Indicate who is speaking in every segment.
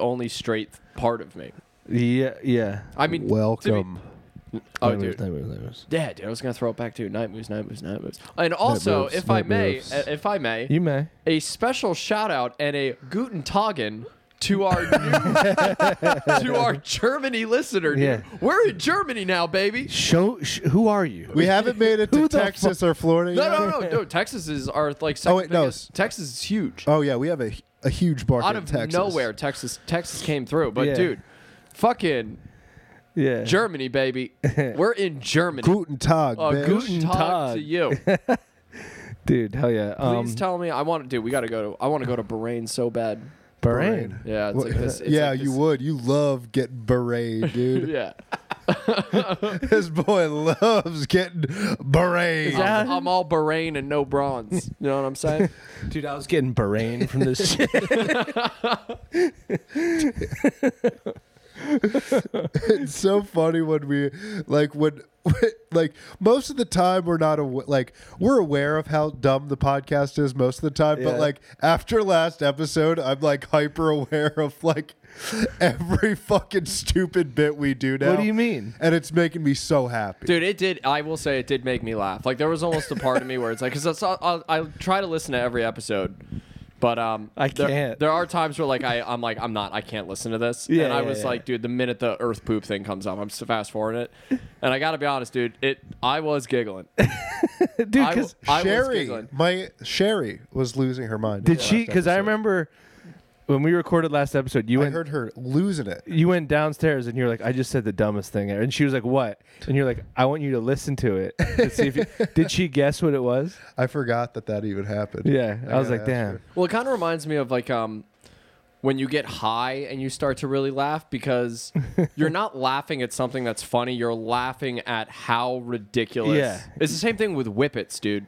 Speaker 1: only straight part of me.
Speaker 2: Yeah, yeah.
Speaker 1: I mean, to be-
Speaker 3: Welcome.
Speaker 1: oh,
Speaker 2: Night moves,
Speaker 1: dude.
Speaker 2: night moves, night moves.
Speaker 1: Yeah, dude, I was gonna throw it back to night moves, night moves, night moves, and also,
Speaker 2: moves,
Speaker 1: if
Speaker 2: night
Speaker 1: I may,
Speaker 2: moves.
Speaker 1: uh, if I may,
Speaker 2: You may.
Speaker 1: a special shout out and a guten tagen to our new, to our Germany listener. dude.
Speaker 2: Yeah.
Speaker 1: We're in Germany now, baby.
Speaker 2: Show sh- who are you?
Speaker 3: We haven't made it
Speaker 2: Who
Speaker 3: to
Speaker 2: the
Speaker 3: Texas or Florida
Speaker 1: No,
Speaker 3: yet.
Speaker 1: no, no, no. Texas is our like.
Speaker 3: Oh, wait,
Speaker 1: second
Speaker 3: no.
Speaker 1: biggest- Texas is huge.
Speaker 3: Oh yeah, we have a, a huge market
Speaker 1: Out
Speaker 3: in
Speaker 1: of
Speaker 3: Texas.
Speaker 1: nowhere, Texas Texas came through. But
Speaker 2: Yeah.
Speaker 1: dude, fucking
Speaker 2: yeah.
Speaker 1: Germany, baby. We're in Germany.
Speaker 3: Guten Tag.
Speaker 1: Uh,
Speaker 3: bitch.
Speaker 1: guten Tag to
Speaker 2: Tag.
Speaker 1: you.
Speaker 2: Dude, hell yeah.
Speaker 1: Please
Speaker 2: Um,
Speaker 1: tell me, I want to do. We got to go to. I want to go to Bahrain so bad.
Speaker 2: Bahrain.
Speaker 1: Yeah, it's
Speaker 3: Well,
Speaker 1: like this. It's
Speaker 3: yeah,
Speaker 1: like
Speaker 3: you
Speaker 1: this-
Speaker 3: would. You love getting berated, dude.
Speaker 1: Yeah,
Speaker 3: This boy loves getting berated.
Speaker 1: I'm, I'm all Bahrain and no bronze. You know what I'm saying?
Speaker 2: Dude, I was getting Bahrain from this shit.
Speaker 3: it's so funny when we like when like most of the time we're not aw- like we're aware of how dumb the podcast is most of the time
Speaker 2: Yeah.
Speaker 3: but like after last episode i'm like hyper aware of like every fucking stupid bit we do now
Speaker 2: What do you mean?
Speaker 3: and it's making me so happy
Speaker 1: Dude, it did. I will say it did make me laugh. Like there was almost a part of me where it's like, because I, saw- I I try to listen to every episode, but um,
Speaker 2: I
Speaker 1: there-
Speaker 2: can't.
Speaker 1: There are times where like I I'm like I'm not. I can't listen to this.
Speaker 2: Yeah,
Speaker 1: and I
Speaker 2: yeah,
Speaker 1: was
Speaker 2: yeah.
Speaker 1: like, dude, the minute the Earth poop thing comes up, I'm just fast forwarding it. And I gotta be honest, dude, it I was giggling.
Speaker 2: Dude,
Speaker 1: I, w-
Speaker 2: because
Speaker 1: I was
Speaker 3: sherry
Speaker 1: giggling.
Speaker 3: my sherry was losing her mind
Speaker 2: did
Speaker 3: last
Speaker 2: she? Because I
Speaker 3: episode.
Speaker 2: remember when we recorded last episode, you
Speaker 3: i
Speaker 2: went
Speaker 3: heard her losing it
Speaker 2: you went downstairs and you're like, I just said the dumbest thing, ever." and she was like, what? And you're like, I want you to listen to it. To see if you, did she guess what it was?
Speaker 3: i forgot that that even happened
Speaker 2: Yeah, I, was
Speaker 3: gotta
Speaker 2: like,
Speaker 3: ask
Speaker 2: damn.
Speaker 3: her.
Speaker 1: Well, it kind of reminds me of like um when you get high and you start to really laugh because you're not laughing at something that's funny, you're laughing at how ridiculous.
Speaker 2: Yeah.
Speaker 1: It's the same thing with whippets, dude.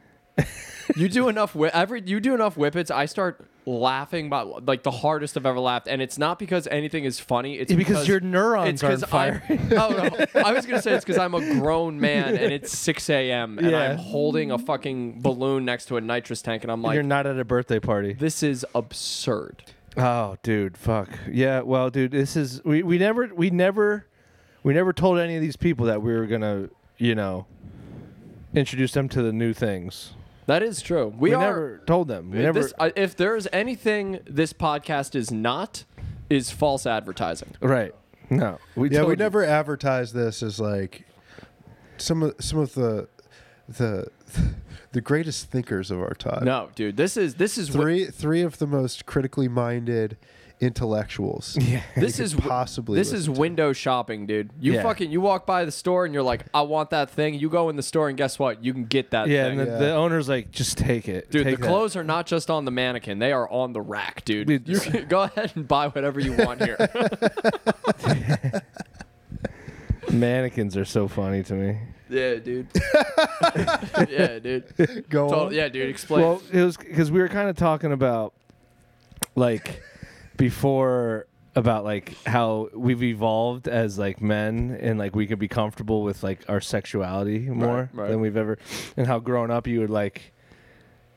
Speaker 1: you do enough whi- every you do enough whippets, I start laughing about like the hardest I've ever laughed and it's not because anything is funny, it's
Speaker 2: Yeah, because your
Speaker 1: it's
Speaker 2: neurons are on
Speaker 1: 'cause I- oh, no. I was going to say it's cuz I'm a grown man and it's 6 a.m. and
Speaker 2: Yeah.
Speaker 1: I'm holding a fucking balloon next to a nitrous tank and I'm like
Speaker 2: you're not at a birthday party.
Speaker 1: this is absurd.
Speaker 2: Oh, dude, fuck. Yeah, well, dude, this is we, we never we never we never told any of these people that we were gonna, you know, introduce them to the new things.
Speaker 1: That is true. We,
Speaker 2: We,
Speaker 1: are.
Speaker 2: never told them. We never
Speaker 1: this, I- if there is anything this podcast is not, is false advertising.
Speaker 2: Right. No. We
Speaker 3: Yeah,
Speaker 2: told
Speaker 3: we
Speaker 2: you.
Speaker 3: never advertise this as like some of some of the the the greatest thinkers of our time.
Speaker 1: No, dude, this is this is what,
Speaker 3: Three three of the most critically minded intellectuals.
Speaker 2: Yeah.
Speaker 1: this is wh-
Speaker 3: possibly
Speaker 1: this is
Speaker 3: listen
Speaker 1: window shopping, dude. You
Speaker 2: Yeah.
Speaker 1: fucking you walk by the store and you're like, I want that thing. You go in the store and guess what? You can get that
Speaker 2: Yeah,
Speaker 1: thing.
Speaker 2: and the,
Speaker 3: Yeah.
Speaker 2: the owner's like, just take it.
Speaker 1: Dude,
Speaker 2: Take
Speaker 1: the
Speaker 2: that."
Speaker 1: clothes are not just on the mannequin; they are on the rack, dude.
Speaker 2: Dude,
Speaker 1: you
Speaker 2: this-
Speaker 1: can go ahead and buy whatever you want here.
Speaker 2: mannequins are so funny to me.
Speaker 1: yeah, dude. yeah, dude.
Speaker 3: Go
Speaker 1: Tot-
Speaker 3: on.
Speaker 1: yeah, dude. Explain.
Speaker 2: Well, it was because we were kind of talking about like before about like how we've evolved as like men and like we could be comfortable with like our sexuality more
Speaker 1: right.
Speaker 2: than we've ever and how growing up you were like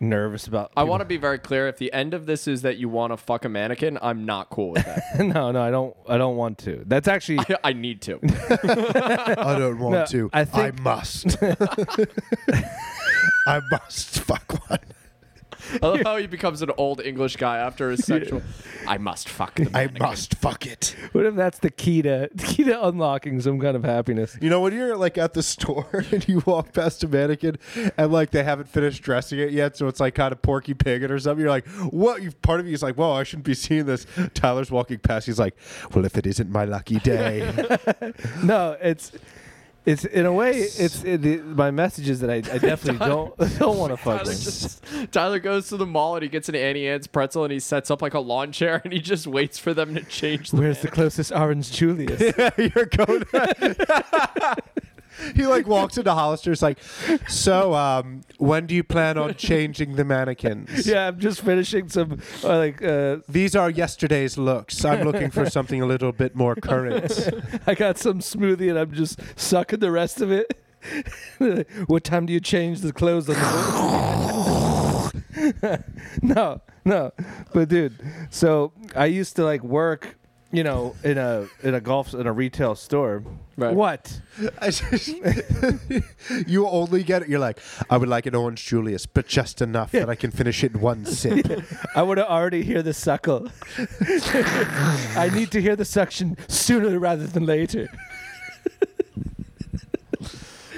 Speaker 2: nervous about
Speaker 1: I want to be very clear. If the end of this is that you want to fuck a mannequin, I'm not cool with that.
Speaker 2: to no no I don't I don't want to that's actually
Speaker 1: I, I need to.
Speaker 3: I don't want
Speaker 2: No,
Speaker 3: to.
Speaker 2: I
Speaker 3: I,
Speaker 2: think-
Speaker 3: must. I must fuck one.
Speaker 1: I love how he becomes an old English guy after his sexual. I must fuck the
Speaker 3: I
Speaker 1: mannequin.
Speaker 3: must fuck it.
Speaker 2: what if that's the key to key to unlocking some kind of happiness
Speaker 3: You know, when you're like at the store and you walk past a mannequin and like they haven't finished dressing it yet, so it's like kind of porky pig or something, you're like, what? You, part of you is like, whoa, I shouldn't be seeing this. Tyler's walking past. He's like, well, if it isn't my lucky day.
Speaker 2: no it's it's in a way it's it, it- my message is that I, I definitely don't don't want to fuck
Speaker 1: Tyler,
Speaker 2: them.
Speaker 1: just, Tyler goes to the mall and he gets an Annie Ann's pretzel and he sets up like a lawn chair and he just waits for them to change. The
Speaker 2: Where's the closest orange Julius?
Speaker 3: you're going. he like walks into Hollister's like, so um, when do you plan on changing the mannequins?
Speaker 2: yeah, I'm just finishing some uh, like uh,
Speaker 3: These are yesterday's looks. I'm looking for something a little bit more current.
Speaker 2: I got some smoothie and I'm just sucking the rest of it. what time do you change the clothes on the No, no. But dude, so I used to like work you know, in a in a golf in a retail store.
Speaker 1: Right.
Speaker 2: What?
Speaker 3: I just- you only get it. You're like, I would like an orange Julius, but just enough that I can finish it in one sip.
Speaker 2: I want to already hear the suckle. I need to hear the suction sooner rather than later.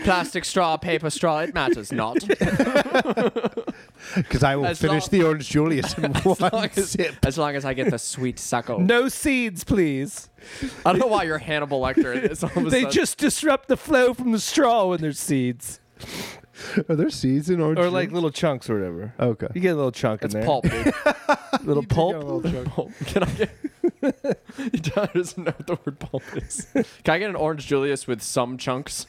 Speaker 1: Plastic straw, paper straw, it matters not.
Speaker 3: Because I will
Speaker 1: As
Speaker 3: finish
Speaker 1: long-
Speaker 3: the orange Julius in
Speaker 1: As long
Speaker 3: one
Speaker 1: as,
Speaker 3: sip.
Speaker 1: as long as I get the sweet suckle.
Speaker 2: No seeds, please.
Speaker 1: I don't know why you're Hannibal Lecter in this all of a
Speaker 2: They
Speaker 1: sudden.
Speaker 2: just disrupt the flow from the straw when there's seeds,
Speaker 3: Are there seeds in orange?
Speaker 2: or like little chunks or whatever.
Speaker 3: okay.
Speaker 2: You get a little chunk
Speaker 1: It's
Speaker 2: in there.
Speaker 1: pulp, dude.
Speaker 2: Little pulp.
Speaker 1: pulp. Can I get... he doesn't know what the word pulp is. Can I get an orange Julius with some chunks?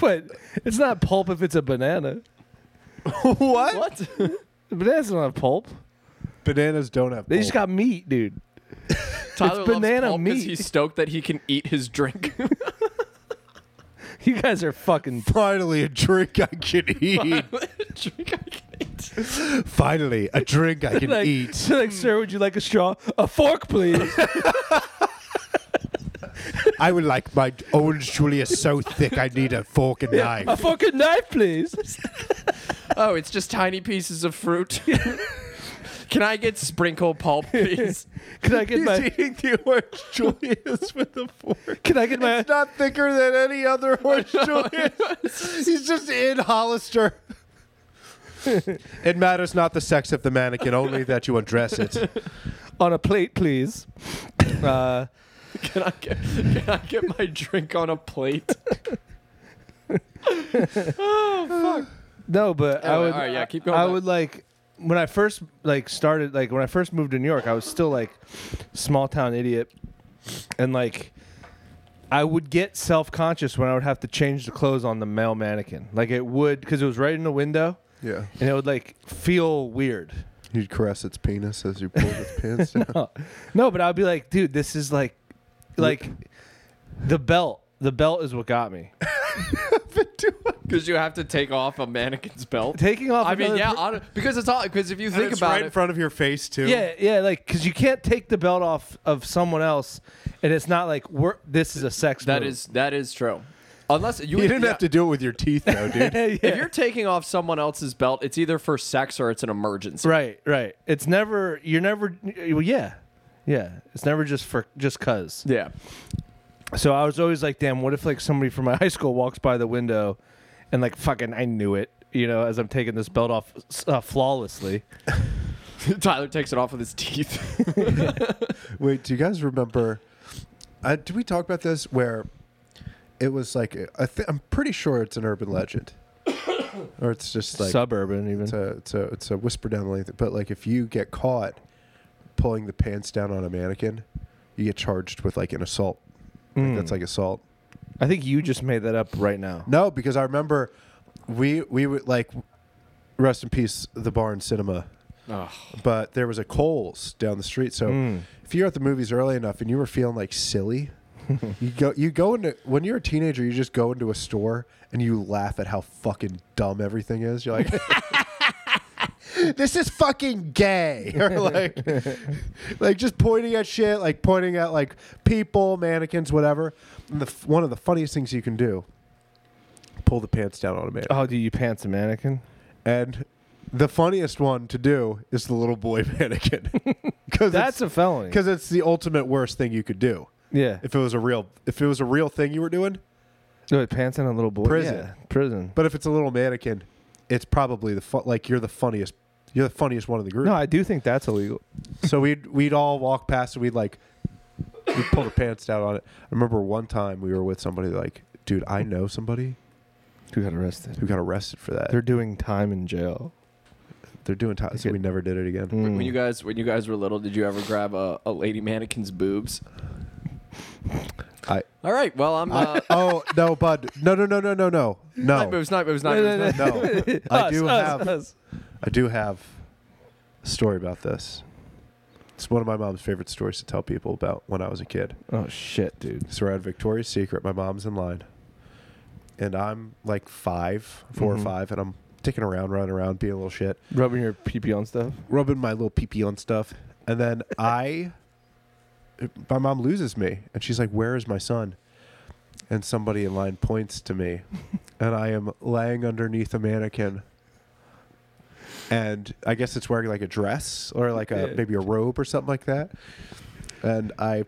Speaker 2: But it's not pulp if it's a banana.
Speaker 3: what?
Speaker 1: What?
Speaker 2: Bananas don't have pulp.
Speaker 3: Bananas don't have.
Speaker 2: They just got
Speaker 3: pulp.
Speaker 2: meat, dude.
Speaker 1: Tyler loves
Speaker 2: banana
Speaker 1: pulp 'cause
Speaker 2: meat.
Speaker 1: He's stoked that he can eat his drink.
Speaker 2: You guys are fucking.
Speaker 3: finally a drink I can eat.
Speaker 1: drink I can eat.
Speaker 3: finally a drink I can
Speaker 2: Like,
Speaker 3: eat.
Speaker 2: like, sir, would you like a straw? A fork, please.
Speaker 3: I would like my orange Julius so thick I need a fork and
Speaker 2: a
Speaker 3: knife.
Speaker 2: fucking knife, please.
Speaker 1: Oh, it's just tiny pieces of fruit. Can I get sprinkle pulp, please?
Speaker 2: Can I get my?
Speaker 3: eating the orange Julius with a fork.
Speaker 2: Can I get my?
Speaker 3: It's not thicker than any other orange Julius. He's just in Hollister. it matters not the sex of the mannequin, only that you undress it.
Speaker 2: on a plate, please. Uh,
Speaker 1: Can I get Can I get my drink on a plate? Anyway,
Speaker 2: no, but I would.
Speaker 1: all right, yeah, keep going
Speaker 2: I
Speaker 1: back.
Speaker 2: would like when I first like started like when I first moved to New York, I was still like small town idiot, and like I would get self conscious when I would have to change the clothes on the male mannequin. Like it would because it was right in the window,
Speaker 3: Yeah.
Speaker 2: and it would like feel weird.
Speaker 3: You'd caress its penis as you pulled its pants down.
Speaker 2: Oh. No, but I'd be like, dude, this is like, like the belt. The belt is what got me.
Speaker 1: Because you have to take off a mannequin's belt.
Speaker 2: Taking off.
Speaker 1: I mean,
Speaker 2: another
Speaker 1: yeah,
Speaker 2: per-
Speaker 1: on, because it's all because if you think about
Speaker 3: right
Speaker 1: it,
Speaker 3: in front of your face too.
Speaker 2: Yeah, yeah, like because you can't take the belt off of someone else, and it's not like we're this is a sex.
Speaker 1: that is that is true. Unless you,
Speaker 3: You didn't
Speaker 1: yeah.
Speaker 3: have to do it with your teeth though, dude.
Speaker 2: yeah,
Speaker 1: If you're taking off someone else's belt, it's either for sex or it's an emergency.
Speaker 2: right, right. It's never you're never well, yeah, yeah. It's never just for just cause.
Speaker 1: Yeah.
Speaker 2: So I was always like, damn, what if like somebody from my high school walks by the window, and like fucking I knew it, you know, as I'm taking this belt off uh, flawlessly.
Speaker 1: Tyler takes it off with his teeth.
Speaker 3: Wait, do you guys remember? Uh, did we talk about this where it was like I th- I'm pretty sure it's an urban legend, or it's just like
Speaker 2: Suburban even.
Speaker 3: it's a it's a it's a whisper down the lane. But like if you get caught pulling the pants down on a mannequin, you get charged with like an assault. Like,
Speaker 2: Mm.
Speaker 3: that's like assault.
Speaker 2: I think you just made that up right now.
Speaker 3: No, because I remember we we would like rest in peace the barn cinema
Speaker 1: oh,
Speaker 3: but there was a Coles down the street. So
Speaker 2: Mm.
Speaker 3: if you're at the movies early enough and you were feeling like silly, you go you go into when you're a teenager, you just go into a store and you laugh at how fucking dumb everything is. You're like This is fucking gay. Or like like just pointing at shit, like pointing at like people, mannequins, whatever. And the f- one of the funniest things you can do pull the pants down on a man.
Speaker 2: Oh, do you pants a mannequin?
Speaker 3: And the funniest one to do is the little boy mannequin. Cuz
Speaker 2: That's a felony.
Speaker 3: because it's the ultimate worst thing you could do.
Speaker 2: yeah.
Speaker 3: If it was a real, if it was a real thing you were doing,
Speaker 2: No, wait, pants on a little boy.
Speaker 3: Prison.
Speaker 2: Yeah, prison.
Speaker 3: but if it's a little mannequin, it's probably the fu- like you're the funniest, you're the funniest one in the group.
Speaker 2: No, I do think that's illegal.
Speaker 3: so we'd we'd all walk past and we'd like we'd pull the pants down on it. I remember one time we were with somebody like, dude, I know somebody
Speaker 2: Who got arrested?
Speaker 3: who got arrested for that.
Speaker 2: They're
Speaker 3: They're,
Speaker 2: doing time in jail.
Speaker 3: doing time, so we never did it Mm. again.
Speaker 1: When you guys when you guys were little, did you ever grab a, a lady mannequin's boobs?
Speaker 3: I,
Speaker 1: All right. Well, I'm. Uh,
Speaker 3: oh no, bud, no, no, no, no, no, no,
Speaker 1: Night
Speaker 3: no,
Speaker 1: moves. Night moves. Night moves. night moves.
Speaker 3: no. I do have.
Speaker 2: us.
Speaker 3: I do have a story about this. It's one of my mom's favorite stories to tell people about when I was a kid.
Speaker 2: Oh shit, dude.
Speaker 3: So we're at Victoria's Secret. My mom's in line. And I'm like five, 4
Speaker 2: Mhm.
Speaker 3: or five, and I'm dicking around, running around, being a little shit,
Speaker 2: Rubbing your pee pee on stuff.
Speaker 3: rubbing my little pee pee on stuff. And then I my mom loses me. And she's like, where is my son? And somebody in line points to me, and I am laying underneath a mannequin. And I guess it's wearing like a dress or like a
Speaker 2: Yeah.
Speaker 3: maybe a robe or something like that. And I,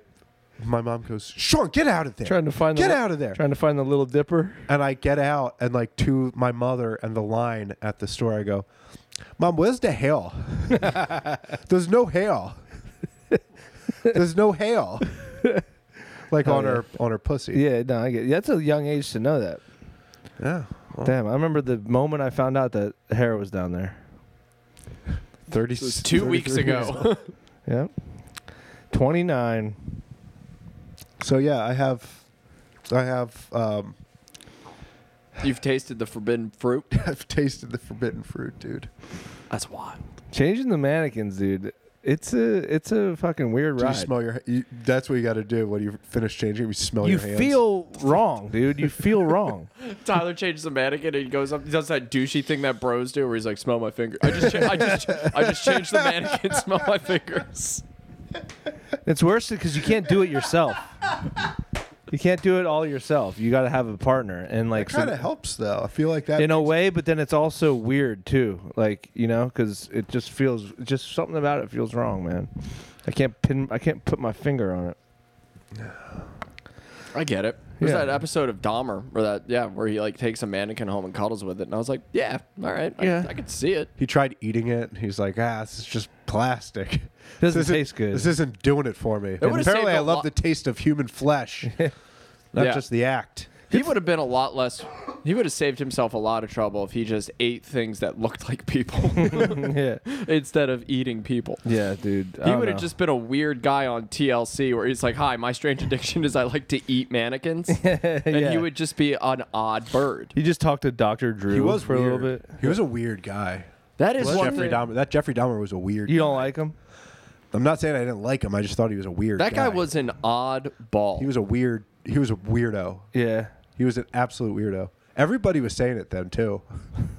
Speaker 3: my mom goes, Sean, get out of there.
Speaker 2: Trying to find
Speaker 3: get
Speaker 2: the,
Speaker 3: out of there.
Speaker 2: Trying to find the little dipper.
Speaker 3: And I get out and like to my mother and the line at the store, I go, Mom, where's the hail? There's no hail. There's no hail. Like
Speaker 2: Hell
Speaker 3: on
Speaker 2: Oh, yeah.
Speaker 3: her on her pussy.
Speaker 2: Yeah, no, I get. That's a young age to know that.
Speaker 3: Yeah. Well,
Speaker 2: Damn, I remember the moment I found out that hair was down there.
Speaker 3: 30,
Speaker 1: It was two weeks
Speaker 3: 33 years old.
Speaker 1: ago.
Speaker 2: Yep. 29.
Speaker 3: So yeah, I have I have um
Speaker 1: You've tasted the forbidden fruit.
Speaker 3: I've tasted the forbidden fruit, dude.
Speaker 1: That's wild.
Speaker 2: Changing the mannequins, dude. It's a it's a fucking weird
Speaker 3: Do you
Speaker 2: ride.
Speaker 3: smell your you, that's what you gotta do when you finish changing, you smell
Speaker 2: You
Speaker 3: your hands.
Speaker 2: feel wrong, dude. You feel wrong.
Speaker 1: Tyler changes the mannequin and he goes up. He does that douchey thing that bros do, where he's like, "Smell my finger." I just, cha- I just, I just changed the mannequin. Smell my fingers.
Speaker 2: It's worse because you can't do it yourself. You can't do it all yourself. You got to have a partner, and like so-
Speaker 3: kinda helps though. I feel like that
Speaker 2: in a way, but then it's also weird too. Like you know, because it just feels just something about it feels wrong, man. I can't pin. I can't put my finger on it.
Speaker 1: I get it. There's
Speaker 2: Yeah.
Speaker 1: that episode of Dahmer where that, yeah, where he like takes a mannequin home and cuddles with it, and I was like, "Yeah, all right, I-
Speaker 2: Yeah.
Speaker 1: I, could see it."
Speaker 3: He tried eating it, and he's like, "Ah, this is just plastic.
Speaker 2: Doesn't
Speaker 3: this isn't-
Speaker 2: taste good.
Speaker 3: This isn't doing it for me."
Speaker 1: would've
Speaker 3: apparently,
Speaker 1: saved
Speaker 3: I
Speaker 1: a
Speaker 3: love
Speaker 1: lot-
Speaker 3: the taste of human flesh, not
Speaker 1: Yeah.
Speaker 3: just the act.
Speaker 1: He would have been a lot less. He would have saved himself a lot of trouble if he just ate things that looked like people
Speaker 2: yeah,
Speaker 1: instead of eating people.
Speaker 2: yeah, dude. I
Speaker 1: He
Speaker 2: don't
Speaker 1: would have
Speaker 2: know.
Speaker 1: just been a weird guy on TLC where he's like, "Hi, my strange addiction is I like to eat mannequins," and
Speaker 2: Yeah.
Speaker 1: he would just be an odd bird.
Speaker 2: He just talked to Doctor Drew for a little bit.
Speaker 3: He was a weird guy.
Speaker 1: That is one
Speaker 3: Jeffrey
Speaker 1: thing.
Speaker 3: Dahmer. That Jeffrey Dahmer was a weird.
Speaker 2: You don't like him?
Speaker 3: I'm not saying I didn't like him. I just thought he was a weird.
Speaker 1: That guy was an odd ball.
Speaker 3: He was a weird. He was a weirdo.
Speaker 2: Yeah.
Speaker 3: He was an absolute weirdo. Everybody was saying it then too.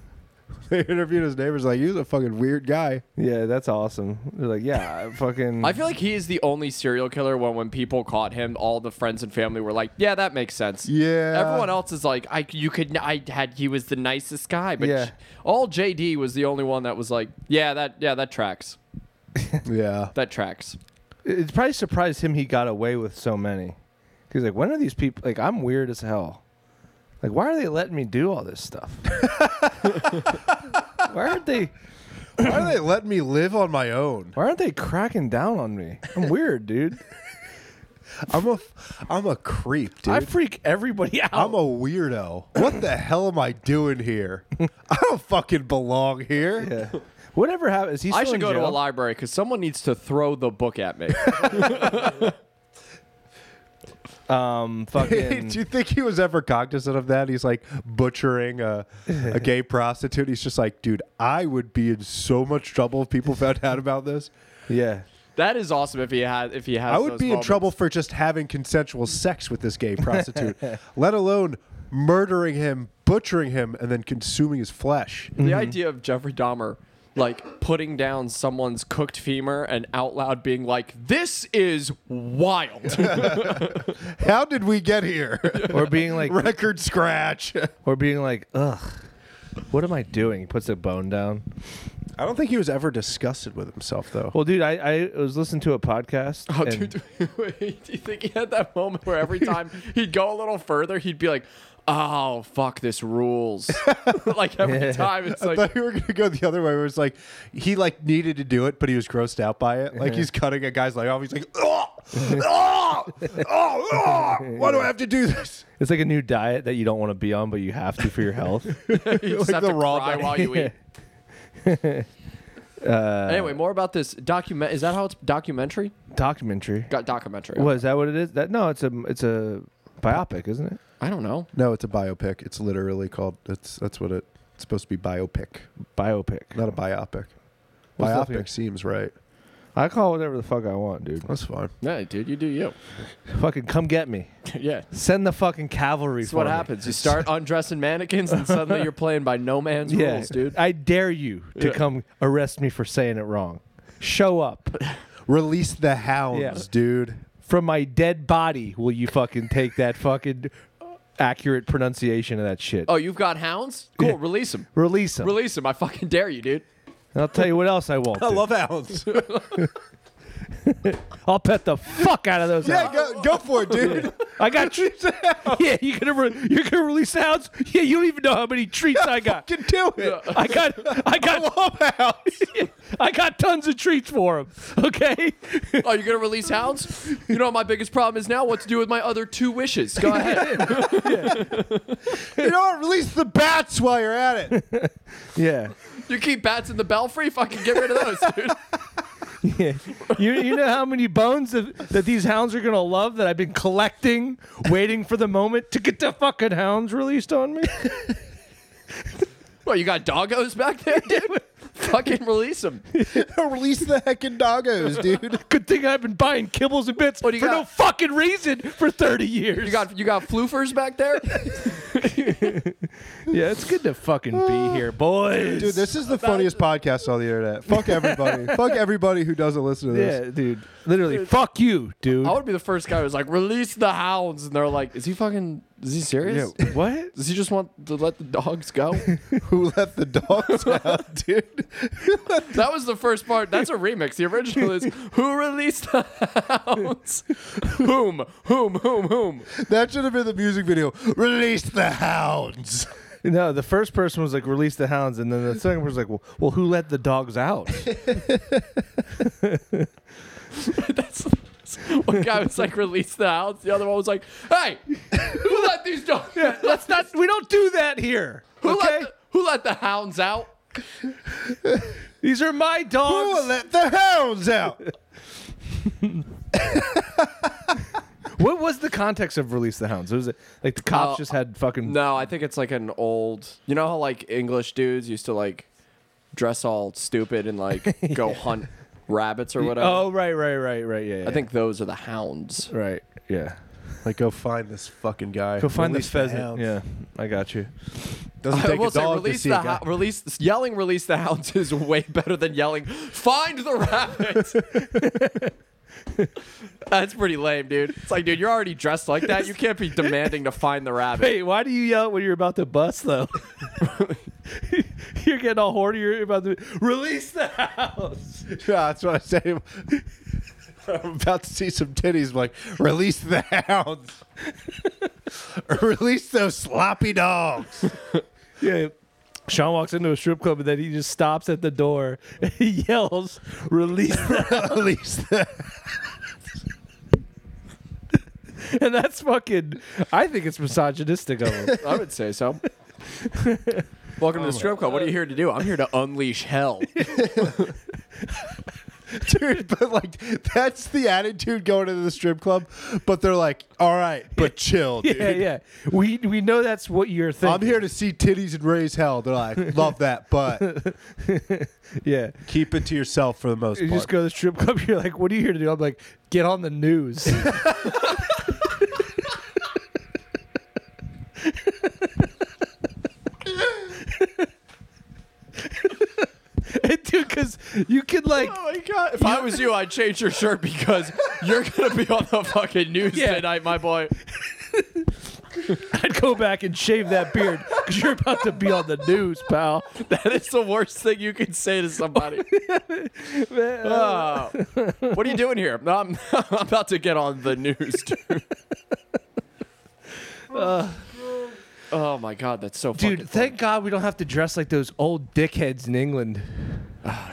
Speaker 3: they interviewed his neighbors like he was a fucking weird guy.
Speaker 2: Yeah, that's awesome. They're like, yeah, I fucking.
Speaker 1: I feel like he is the only serial killer when when people caught him, all the friends and family were like, "Yeah, that makes sense."
Speaker 3: Yeah.
Speaker 1: Everyone else is like, "I you could n- I had he was the nicest guy," but
Speaker 2: Yeah.
Speaker 1: j- all JD was the only one that was like, "Yeah, that yeah, that tracks.
Speaker 3: Yeah.
Speaker 1: That tracks."
Speaker 2: it probably surprised him he got away with so many. He's like, when are these people? Like, I'm weird as hell. Like, why are they letting me do all this stuff? why aren't they?
Speaker 3: Why are they letting me live on my own?
Speaker 2: Why aren't they cracking down on me? I'm weird, dude.
Speaker 3: I'm a, f- I'm a creep, dude.
Speaker 2: I freak everybody out.
Speaker 3: I'm a weirdo. What the hell am I doing here? I don't fucking belong here.
Speaker 2: yeah. Whatever happened, is he?
Speaker 1: I
Speaker 2: still
Speaker 1: should
Speaker 2: in
Speaker 1: go to a
Speaker 2: jail?
Speaker 1: library cuz someone needs to throw the book at me.
Speaker 2: Um, fucking.
Speaker 3: Do you think he was ever cognizant of that? He's like butchering a, a gay prostitute. He's just like, dude, I would be in so much trouble if people found out about this.
Speaker 2: yeah.
Speaker 1: that is awesome if he had if he has
Speaker 3: I would
Speaker 1: those
Speaker 3: be in
Speaker 1: moments.
Speaker 3: trouble for just having consensual sex with this gay prostitute, let alone murdering him, butchering him, and then consuming his flesh.
Speaker 1: The idea of Jeffrey Dahmer like putting down someone's cooked femur and out loud being like, "This is wild."
Speaker 3: How did we get here?
Speaker 2: Or being like,
Speaker 3: Record scratch.
Speaker 2: or being like, ugh, what am I doing? He puts a bone down.
Speaker 3: I don't think he was ever disgusted with himself, though.
Speaker 2: Well, dude, I, I was listening to a podcast.
Speaker 1: Oh,
Speaker 2: and-
Speaker 1: dude, do you think he had that moment where every time he'd go a little further, he'd be like, "Oh, fuck, this rules." like every time, it's
Speaker 3: I
Speaker 1: like,
Speaker 3: thought we were gonna go the other way. Where it's like he like needed to do it, but he was grossed out by it.
Speaker 2: Uh-huh.
Speaker 3: Like he's cutting a guy's leg off. He's like, oh, oh, oh, oh, why do I have to do this?
Speaker 2: It's like a new diet that you don't want to be on, but you have to for your health.
Speaker 1: you just
Speaker 3: like
Speaker 1: have
Speaker 3: the
Speaker 1: to
Speaker 3: raw
Speaker 1: cry
Speaker 3: dog.
Speaker 1: while you eat.
Speaker 2: Uh,
Speaker 1: anyway, more about this document. Is that how it's documentary?
Speaker 2: Documentary.
Speaker 1: Got documentary.
Speaker 2: What is that? What it is? That no, it's a it's a biopic, isn't it?
Speaker 1: I don't know.
Speaker 3: No, it's a biopic. It's literally called. It's that's what it. It's supposed to be biopic,
Speaker 2: Biopic.
Speaker 3: not a biopic.
Speaker 2: What's that thing?
Speaker 3: Biopic seems right.
Speaker 2: I call it whatever the fuck I want, dude.
Speaker 3: That's fine.
Speaker 1: Yeah, dude, you do you.
Speaker 2: Fucking come get me.
Speaker 1: yeah.
Speaker 2: Send the fucking cavalry.
Speaker 1: That's
Speaker 2: for
Speaker 1: what
Speaker 2: me.
Speaker 1: happens. You start undressing mannequins, and suddenly you're playing by no man's
Speaker 2: Yeah,
Speaker 1: rules, dude.
Speaker 2: I dare you to
Speaker 1: Yeah.
Speaker 2: come arrest me for saying it wrong. Show up.
Speaker 3: Release the hounds,
Speaker 2: Yeah.
Speaker 3: dude.
Speaker 2: From my dead body will you fucking take that fucking accurate pronunciation of that shit.
Speaker 1: Oh, you've got hounds? Cool, release them.
Speaker 2: Release him.
Speaker 1: Release them. I fucking dare you, dude.
Speaker 2: And I'll tell you what else I won't.
Speaker 3: I
Speaker 2: do.
Speaker 3: love hounds.
Speaker 2: I'll pet the fuck out of those.
Speaker 3: yeah,
Speaker 2: hounds.
Speaker 3: go, go for it, dude.
Speaker 2: I got treats. yeah, you gonna re- you're gonna release hounds? Yeah, you don't even know how many treats I got.
Speaker 3: Fucking do it.
Speaker 2: I got I got
Speaker 3: Love hounds.
Speaker 2: I got tons of treats for them. Okay.
Speaker 1: Oh, you're gonna release hounds? You know what my biggest problem is now? What to do with my other two wishes? Go ahead.
Speaker 3: You know what? Release the bats while you're at it.
Speaker 2: Yeah.
Speaker 1: You keep bats in the belfry? Fucking get rid of those, dude.
Speaker 2: Yeah. You, you know how many bones that, that these hounds are gonna love that I've been collecting, waiting for the moment to get the fucking hounds released on me.
Speaker 1: Well, you got doggos back there, dude. fucking release them.
Speaker 3: Release the heckin' doggos, dude.
Speaker 2: Good thing I've been buying kibbles and bits for
Speaker 1: What do you
Speaker 2: no
Speaker 1: got?
Speaker 2: fucking reason for thirty years.
Speaker 1: You got you got floofers back there.
Speaker 2: yeah, it's good to fucking be here, boys.
Speaker 3: Dude, this is the funniest podcast on the internet. Fuck everybody. Fuck everybody who doesn't listen to this.
Speaker 2: Yeah, dude. Literally, fuck you, dude.
Speaker 1: I would be the first guy who's like, release the hounds, and they're like, is he fucking? Is he serious?
Speaker 2: what?
Speaker 1: Does he just want to let the dogs go?
Speaker 3: Who let the dogs out, dude?
Speaker 1: that was the first part. That's a remix. The original is who released the hounds? whom? Whom? Whom? Whom?
Speaker 3: That should have been the music video. Release the hounds.
Speaker 2: No, the first person was like, "Release the hounds," and then the second person was like, "Well, well who let the dogs out?"
Speaker 1: That's one guy was like, release the hounds. The other one was like, hey, who let these dogs?
Speaker 2: Let's not. We don't do that here.
Speaker 1: who,
Speaker 2: okay,
Speaker 1: let the, who let the hounds out?
Speaker 2: these are my
Speaker 3: Who
Speaker 2: dogs.
Speaker 3: let the hounds out?
Speaker 2: What was the context of "Release the hounds"? Was it like the cops
Speaker 1: Oh,
Speaker 2: just had fucking?
Speaker 1: No, I think it's like an old. You know how like English dudes used to like dress all stupid and like go hunt rabbits or whatever.
Speaker 2: oh, right, right, right, right. Yeah, yeah.
Speaker 1: I think those are the hounds.
Speaker 2: right. Yeah.
Speaker 3: Like, go find this fucking guy.
Speaker 2: Go find
Speaker 3: Release
Speaker 2: this pheasant.
Speaker 3: hounds.
Speaker 2: yeah, I got you.
Speaker 3: Doesn't
Speaker 1: I
Speaker 3: take
Speaker 1: will
Speaker 3: a
Speaker 1: say,
Speaker 3: dog to
Speaker 1: release
Speaker 3: see
Speaker 1: the
Speaker 3: a guy.
Speaker 1: hou- release yelling, release the hounds is way better than yelling, find the rabbit. That's pretty lame, dude. It's like, dude, you're already dressed like that. You can't be demanding to find the rabbit.
Speaker 2: Hey, why do you yell when you're about to bust though? you're getting all horny. You're about to release the hounds.
Speaker 3: Yeah, that's what I say. I'm about to see some titties. I'm like, release the hounds. release those sloppy dogs.
Speaker 2: Yeah. Sean walks into a strip club and then he just stops at the door and he yells, release the
Speaker 3: release the.
Speaker 2: And that's fucking, I think it's misogynistic of him.
Speaker 1: I would say so.
Speaker 3: Oh
Speaker 1: Welcome to the strip club. What are you here to do? I'm here to unleash hell.
Speaker 3: Dude, but like, that's the attitude going into the strip club. But they're like, all right, but chill, dude.
Speaker 2: yeah, yeah. We, we know that's what you're
Speaker 3: I'm
Speaker 2: thinking.
Speaker 3: here to see titties and raise hell. They're like, love that, but
Speaker 2: Yeah.
Speaker 3: keep it to yourself for the most
Speaker 2: You
Speaker 3: part.
Speaker 2: just go to the strip club, you're like, what are you here to do? I'm like, get on the news. And Dude, because you could like
Speaker 1: Oh my god! If I was you, I'd change your shirt because you're gonna be on the fucking news
Speaker 2: Yeah.
Speaker 1: tonight, my boy.
Speaker 2: I'd go back and shave that beard because you're about to be on the news, pal.
Speaker 1: That is the worst thing you can say to somebody.
Speaker 2: uh,
Speaker 1: Oh. what are you doing here? No, I'm, I'm about to get on the news. Dude. oh my god, that's so fucking
Speaker 2: Uh, Dude, thank God we don't have to dress like those old dickheads in England.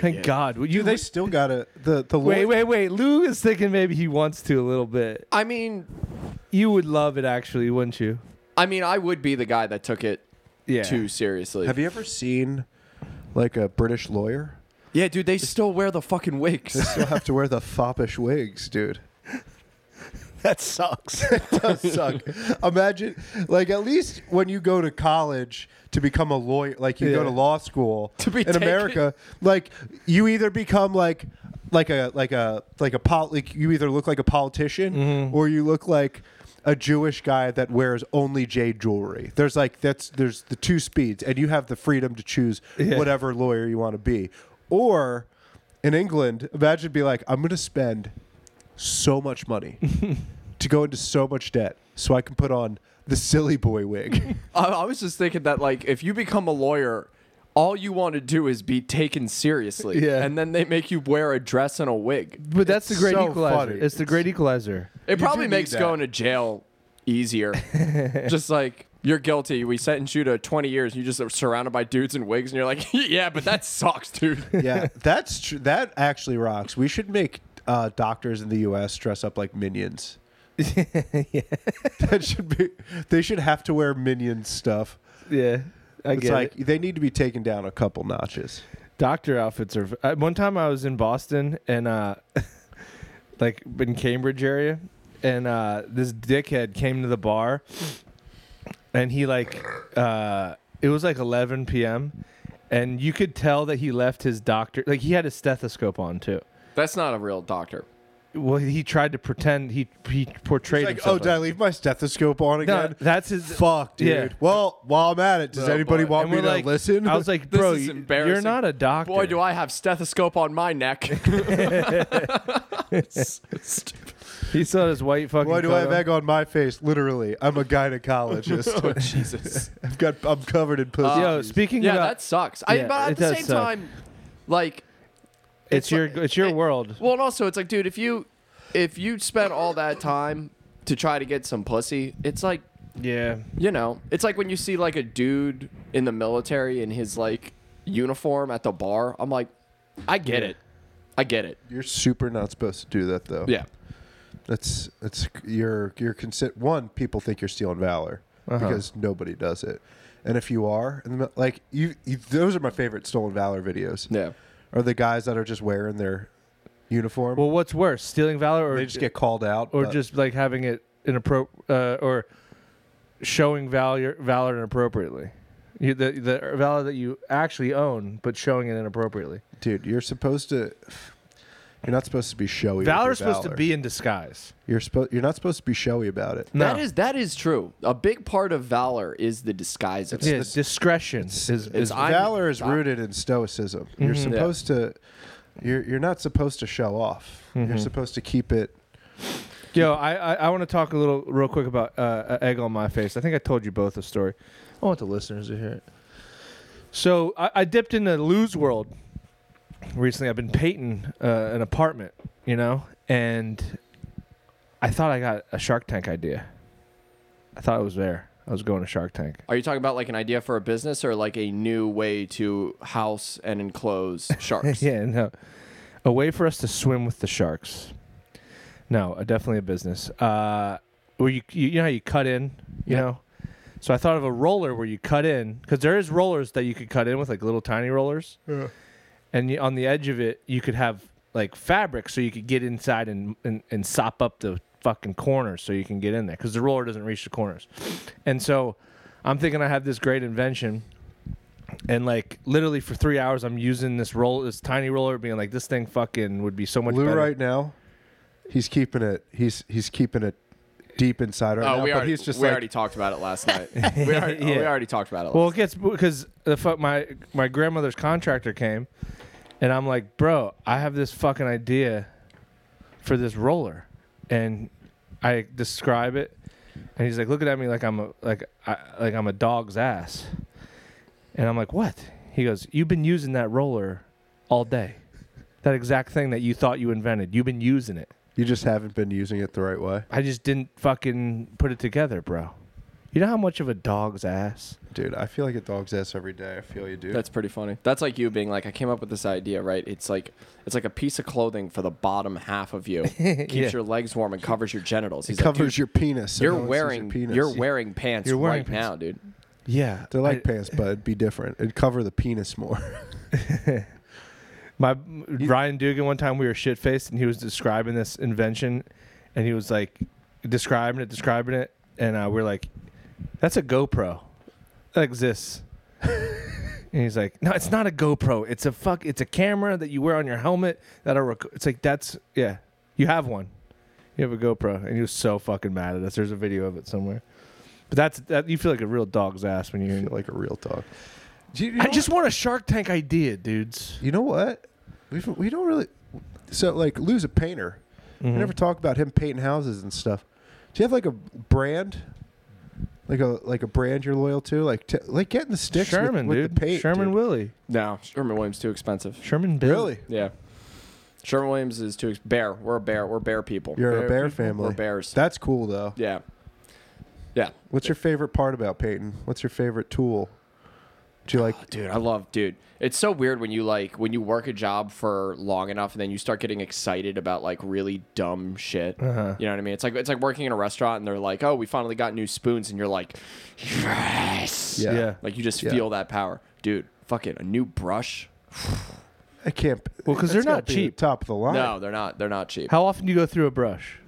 Speaker 2: thank
Speaker 1: yeah.
Speaker 2: God. Would You,
Speaker 3: they still got to the the
Speaker 2: wait,
Speaker 3: Lloyd-
Speaker 2: wait, wait. Lou is thinking maybe he wants to a little bit.
Speaker 1: I mean,
Speaker 2: You would love it, actually, wouldn't you?
Speaker 1: I mean, I would be the guy that took it
Speaker 2: Yeah.
Speaker 1: too seriously.
Speaker 3: Have you ever seen like a British lawyer?
Speaker 1: yeah, dude, they still wear the fucking wigs.
Speaker 3: Still have to wear the foppish wigs, dude.
Speaker 2: That sucks.
Speaker 3: does suck. Imagine, like, at least when you go to college to become a lawyer, like you
Speaker 2: Yeah.
Speaker 3: go to law school
Speaker 1: To be
Speaker 3: in
Speaker 1: taken-
Speaker 3: America, like you either become like like a like a like a pol- like you either look like a politician or you look like a Jewish guy that wears only jade jewelry. There's like that's there's the two speeds, and you have the freedom to choose
Speaker 2: Yeah.
Speaker 3: whatever lawyer you want to be, or in England, imagine be like, I'm going to spend so much money, to go into so much debt, so I can put on the silly boy wig.
Speaker 1: I, I was just thinking that like if you become a lawyer, all you want to do is be taken seriously.
Speaker 3: Yeah.
Speaker 1: And then they make you wear a dress and a wig.
Speaker 2: But that's the
Speaker 3: It's
Speaker 2: great
Speaker 3: so
Speaker 2: equalizer.
Speaker 3: funny.
Speaker 2: It's the great equalizer.
Speaker 1: It
Speaker 3: You
Speaker 1: probably
Speaker 3: do need
Speaker 1: makes
Speaker 3: that.
Speaker 1: going to jail easier. just like you're guilty. We sentence you to 20 years. You just are surrounded by dudes in wigs, and you're like, yeah, but that sucks, dude.
Speaker 3: yeah, that's true. That actually rocks. We should make uh, doctors in the U.S. dress up like minions. That should be. They should have to wear minion stuff.
Speaker 2: Yeah, I
Speaker 3: It's
Speaker 2: get it.
Speaker 3: like they need to be taken down a couple notches.
Speaker 2: doctor outfits are. Uh, one time I was in Boston and uh, like in Cambridge area, and uh, this dickhead came to the bar, and he like uh, it was like 11 p.m. and you could tell that he left his doctor like he had his stethoscope on too.
Speaker 1: That's not a real doctor.
Speaker 2: Well, he tried to pretend he he portrayed
Speaker 3: It's like,
Speaker 2: himself.
Speaker 3: oh, did I leave my stethoscope on
Speaker 2: no,
Speaker 3: again?
Speaker 2: that's his
Speaker 3: Fuck, dude.
Speaker 2: yeah.
Speaker 3: Well, while I'm at it, does
Speaker 1: Oh,
Speaker 3: anybody
Speaker 1: boy.
Speaker 3: want
Speaker 2: And
Speaker 3: me
Speaker 2: we're
Speaker 3: to
Speaker 2: like-
Speaker 3: listen?
Speaker 2: I was like,
Speaker 1: This
Speaker 2: bro,
Speaker 1: is
Speaker 2: you- you're
Speaker 1: embarrassing.
Speaker 2: not a doctor.
Speaker 1: Boy, do I have stethoscope on my neck. Stupid.
Speaker 2: He still had his white fucking.
Speaker 3: why do I have
Speaker 2: coat on.
Speaker 3: egg on my face? Literally, I'm a gynecologist.
Speaker 1: Oh, Jesus.
Speaker 3: I've got, I'm covered in pussy.
Speaker 2: Yo, speaking
Speaker 1: Yeah,
Speaker 2: about
Speaker 1: that sucks. I,
Speaker 2: Yeah,
Speaker 1: but
Speaker 2: it
Speaker 1: at the
Speaker 2: does
Speaker 1: same
Speaker 2: suck.
Speaker 1: time, like,
Speaker 2: it's,
Speaker 1: it's
Speaker 2: your
Speaker 1: like-
Speaker 2: it's your
Speaker 1: it-
Speaker 2: world.
Speaker 1: well, and also it's like, dude, if you if you spent all that time to try to get some pussy, it's like,
Speaker 2: Yeah,
Speaker 1: you know, it's like when you see like a dude in the military in his like uniform at the bar. I'm like, I get it, I get it.
Speaker 3: You're super not supposed to do that, though.
Speaker 1: Yeah,
Speaker 3: that's that's you're you're consi- one. People think you're stealing valor
Speaker 2: Uh-huh.
Speaker 3: because nobody does it, and if you are, in the mil- like you, you, those are my favorite stolen valor videos.
Speaker 1: yeah.
Speaker 3: Are the guys that are just wearing their uniform?
Speaker 2: Well, what's worse, stealing valor, or
Speaker 3: they just get called out,
Speaker 2: or
Speaker 3: but-
Speaker 2: just like having it inappropri uh, or showing valor valor inappropriately. You, the the valor that you actually own, but showing it inappropriately.
Speaker 3: dude, you're supposed to. You're not supposed to be showy. with
Speaker 2: Valor
Speaker 3: your
Speaker 2: is supposed to
Speaker 3: valor.
Speaker 2: be in disguise.
Speaker 3: You're supposed. You're not supposed to be showy about it.
Speaker 2: No,
Speaker 1: That is that is true. A big part of valor is the disguise of
Speaker 2: yeah,
Speaker 1: it.
Speaker 2: discretion is, is
Speaker 1: I'm-
Speaker 3: valor is
Speaker 1: I'm-
Speaker 3: rooted in stoicism. You're
Speaker 2: Mm-hmm.
Speaker 3: supposed to. You're you're not supposed to show off.
Speaker 2: Mm-hmm.
Speaker 3: You're supposed to keep it.
Speaker 2: Yo, I I, I want to talk a little real quick about uh, a egg on my face. I think I told you both the story. I want the listeners to hear it. So I, I dipped into Lou's world recently. I've been painting uh, an apartment, you know, and I thought I got a Shark Tank idea. I thought I was there. I was going to Shark Tank.
Speaker 1: Are you talking about like an idea for a business or like a new way to house and enclose sharks?
Speaker 2: yeah, no. A way for us to swim with the sharks. No, uh, definitely a business. Uh, where you, you you know how you cut in, you
Speaker 1: Yeah.
Speaker 2: know. So I thought of a roller where you cut in because there is rollers that you could cut in with like little tiny rollers, and you, on the edge of it you could have like fabric so you could get inside and and, and sop up the fucking corners so you can get in there because the roller doesn't reach the corners, and so I'm thinking I have this great invention and like literally for three hours, I'm using this roll, this tiny roller, being like, this thing fucking would be so much
Speaker 3: Lou
Speaker 2: better.
Speaker 3: right now, he's keeping it. He's he's keeping it deep inside right
Speaker 1: Oh,
Speaker 3: now.
Speaker 1: we
Speaker 3: but
Speaker 1: already,
Speaker 3: he's just
Speaker 1: we
Speaker 3: like
Speaker 1: already talked about it last night. We already, oh,
Speaker 2: Yeah.
Speaker 1: we already talked about it.
Speaker 2: Well,
Speaker 1: Last
Speaker 2: it gets because the fuck my my grandmother's contractor came, and I'm like, bro, I have this fucking idea for this roller, and I describe it, and he's like looking at me like I'm a like I, like I'm a dog's ass, and I'm like, what? He goes, you've been using that roller all day, that exact thing that you thought you invented. You've been using it.
Speaker 3: you just haven't been using it the right way,
Speaker 2: I just didn't fucking put it together, bro. You know how much of a dog's ass?
Speaker 3: dude. I feel like a dog's ass every day. I feel you, dude.
Speaker 1: That's pretty funny. That's like you being like, I came up with this idea, right? It's like it's like a piece of clothing for the bottom half of you. Keeps
Speaker 2: Yeah.
Speaker 1: your legs warm and covers your genitals. He's
Speaker 3: it
Speaker 1: like,
Speaker 3: covers
Speaker 1: dude,
Speaker 3: your penis. so no
Speaker 1: you're
Speaker 3: one sees
Speaker 1: wearing
Speaker 3: your penis.
Speaker 1: you're wearing pants
Speaker 2: You're wearing
Speaker 1: right
Speaker 2: pants.
Speaker 1: now, dude.
Speaker 2: Yeah,
Speaker 3: They're like
Speaker 2: I-
Speaker 3: pants, but it'd be different. It'd cover the penis more.
Speaker 2: my Ryan Dugan. One time we were shit faced, and he was describing this invention, and he was like describing it, describing it, and uh, we're like, "That's a GoPro, that exists." and he's like, "No, it's not a GoPro. It's a fuck. It's a camera that you wear on your helmet that'll. Rec-. It's like that's yeah, you have one, you have a GoPro." And he was so fucking mad at us. There's a video of it somewhere. But that's that. You feel like a real dog's ass when
Speaker 3: I
Speaker 2: you.
Speaker 3: feel like a real dog. Do you, you
Speaker 2: I
Speaker 3: know
Speaker 2: just want a Shark Tank idea, dudes.
Speaker 3: You know what? We've, we don't really. So, like, Lou's a painter. We never
Speaker 2: Mm-hmm.
Speaker 3: talk about him painting houses and stuff. Do you have like a brand? Like a like a brand you're loyal to, like t- like getting the sticks with-
Speaker 2: Sherman,
Speaker 3: with,
Speaker 2: dude.
Speaker 3: the paint.
Speaker 2: Sherman
Speaker 3: dude.
Speaker 2: Willie.
Speaker 1: No, Sherman Williams too expensive.
Speaker 2: Sherman Bill.
Speaker 3: really?
Speaker 1: Yeah, Sherman Williams is too ex- bear. We're a bear. We're bear people.
Speaker 3: You're
Speaker 2: Bear
Speaker 3: a bear
Speaker 2: people
Speaker 3: family.
Speaker 1: We're bears.
Speaker 3: That's cool though.
Speaker 1: yeah, yeah.
Speaker 3: What's your favorite part about Peyton? What's your favorite tool? Do you like?
Speaker 1: Dude, I love dude. It's so weird when you like when you work a job for long enough and then you start getting excited about like really dumb shit.
Speaker 2: Uh-huh.
Speaker 1: You know what I mean? It's like it's like working in a restaurant and they're like, "Oh, we finally got new spoons," and you're like, "Yes!"
Speaker 3: Yeah.
Speaker 2: Yeah.
Speaker 1: Like you just
Speaker 3: Yeah.
Speaker 1: feel that power, dude. Fuck it, a new brush?
Speaker 3: I can't.
Speaker 2: Well, 'cause
Speaker 3: that's
Speaker 2: they're
Speaker 3: gotta
Speaker 2: not
Speaker 3: be
Speaker 2: cheap.
Speaker 3: Top of the line.
Speaker 1: No, they're not. They're not cheap.
Speaker 2: How often do you go through a brush?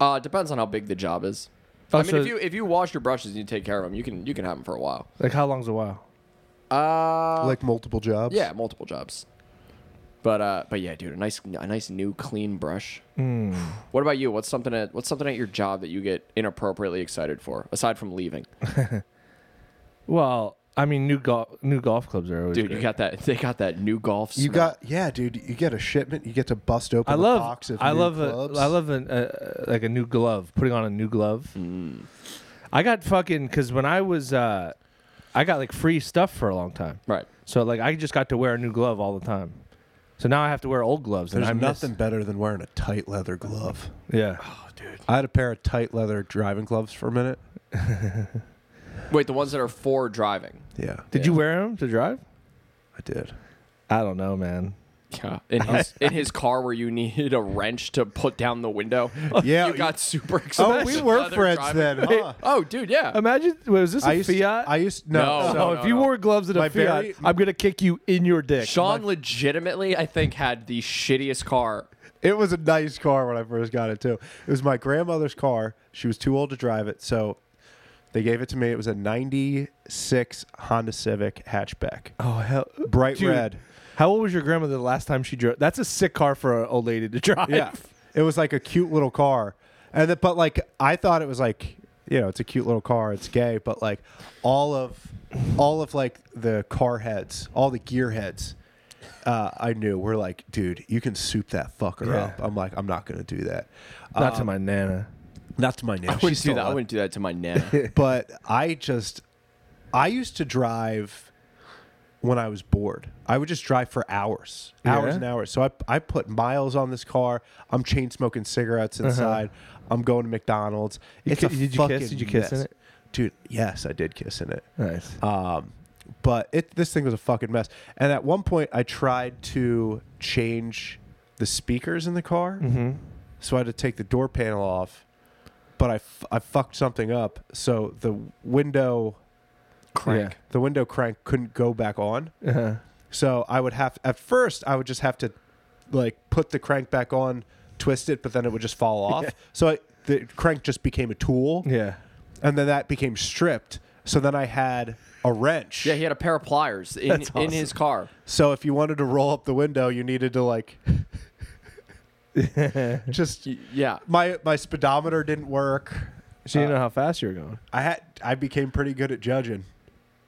Speaker 1: Uh, depends on how big the job is.
Speaker 2: Oh,
Speaker 1: I mean,
Speaker 2: so-
Speaker 1: if you if you wash your brushes and you take care of them, you can you can have them for a while.
Speaker 2: Like how long's a while?
Speaker 1: Uh,
Speaker 3: Like multiple jobs.
Speaker 1: yeah, multiple jobs. But uh, but yeah, dude, a nice a nice new clean brush.
Speaker 3: Hmm.
Speaker 1: What about you? What's something at what's something at your job that you get inappropriately excited for aside from leaving?
Speaker 2: Well, I mean, new golf new golf clubs are always.
Speaker 1: Dude,
Speaker 2: great.
Speaker 1: you got that they got that new golf.
Speaker 3: You
Speaker 1: smell.
Speaker 3: got yeah, dude. You get a shipment. You get to bust open
Speaker 2: I
Speaker 3: the
Speaker 2: love.
Speaker 3: box of
Speaker 2: I
Speaker 3: new
Speaker 2: love.
Speaker 3: clubs.
Speaker 2: A, I love an, uh, like a new glove. Putting on a new glove.
Speaker 3: Mm.
Speaker 2: I got fucking because when I was, uh, I got like free stuff for a long time.
Speaker 1: right.
Speaker 2: So like I just got to wear a new glove all the time. So now I have to wear old gloves.
Speaker 3: There's
Speaker 2: and I miss-
Speaker 3: nothing better than wearing a tight leather glove.
Speaker 2: Yeah.
Speaker 3: Oh, I had a pair of tight leather driving gloves for a minute.
Speaker 1: Wait, the ones that are for driving.
Speaker 3: Yeah,
Speaker 2: Did you wear them to drive?
Speaker 3: I did.
Speaker 2: I don't know, man.
Speaker 1: Yeah. In his in his car where you needed a wrench to put down the window.
Speaker 3: Yeah,
Speaker 1: You got super
Speaker 3: Oh,
Speaker 1: excited.
Speaker 3: we were
Speaker 1: Leather
Speaker 3: friends
Speaker 1: driving.
Speaker 3: then, huh?
Speaker 1: Oh, dude, yeah.
Speaker 2: Imagine wait, was this a
Speaker 3: I used.
Speaker 2: Fiat?
Speaker 3: I used no.
Speaker 1: No.
Speaker 2: oh,
Speaker 1: no,
Speaker 2: if
Speaker 1: no,
Speaker 2: you
Speaker 1: no.
Speaker 2: wore gloves in a
Speaker 3: My
Speaker 2: Fiat,
Speaker 3: very-
Speaker 2: I'm gonna kick you in your dick.
Speaker 1: Sean legitimately, I think, had the shittiest car.
Speaker 3: It was a nice car when I first got it too. It was my grandmother's car. She was too old to drive it, so they gave it to me. It was a '96 Honda Civic hatchback,
Speaker 2: Oh hell,
Speaker 3: bright
Speaker 2: Dude,
Speaker 3: red.
Speaker 2: How old was your grandmother the last time she drove? That's a sick car for an old lady to drive.
Speaker 3: Yeah, it was like a cute little car, and the, but like I thought it was like you know it's a cute little car. It's gay, but like all of all of like the car heads, all the gear heads. Uh, I knew we're like, dude, you can soup that fucker
Speaker 2: Yeah.
Speaker 3: up. I'm like, I'm not gonna do that. Uh,
Speaker 2: Not to my nana.
Speaker 3: Not to my name.
Speaker 1: I wouldn't do that. I wouldn't do that to my nana.
Speaker 3: but I just I used to drive when I was bored. I would just drive for hours, hours
Speaker 2: Yeah.
Speaker 3: and hours. So I, I put miles on this car. I'm chain smoking cigarettes inside. I'm going to McDonald's. Uh-huh. it's
Speaker 2: ki-
Speaker 3: a
Speaker 2: did you kiss?
Speaker 3: fucking
Speaker 2: Did you kiss in
Speaker 3: mess.
Speaker 2: it?
Speaker 3: Dude, yes, I did kiss in it.
Speaker 2: Nice.
Speaker 3: Um, but it this thing was a fucking mess. And at one point, I tried to change the speakers in the car,
Speaker 2: Mm-hmm.
Speaker 3: so I had to take the door panel off. But I, f- I fucked something up, so the window
Speaker 1: Crank.
Speaker 3: the window crank couldn't go back on.
Speaker 2: Yeah. Uh-huh.
Speaker 3: So I would have at first I would just have to like put the crank back on, twist it, but then it would just fall off. So I, the crank just became a tool,
Speaker 2: Yeah.
Speaker 3: and then that became stripped. So then I had a wrench.
Speaker 1: Yeah, he had a pair of pliers in,
Speaker 2: That's
Speaker 1: in
Speaker 2: awesome.
Speaker 1: his car.
Speaker 3: So if you wanted to roll up the window, you needed to like just
Speaker 1: Y- Yeah.
Speaker 3: my my speedometer didn't work.
Speaker 2: So you know how fast you were going.
Speaker 3: I had I became pretty good at judging.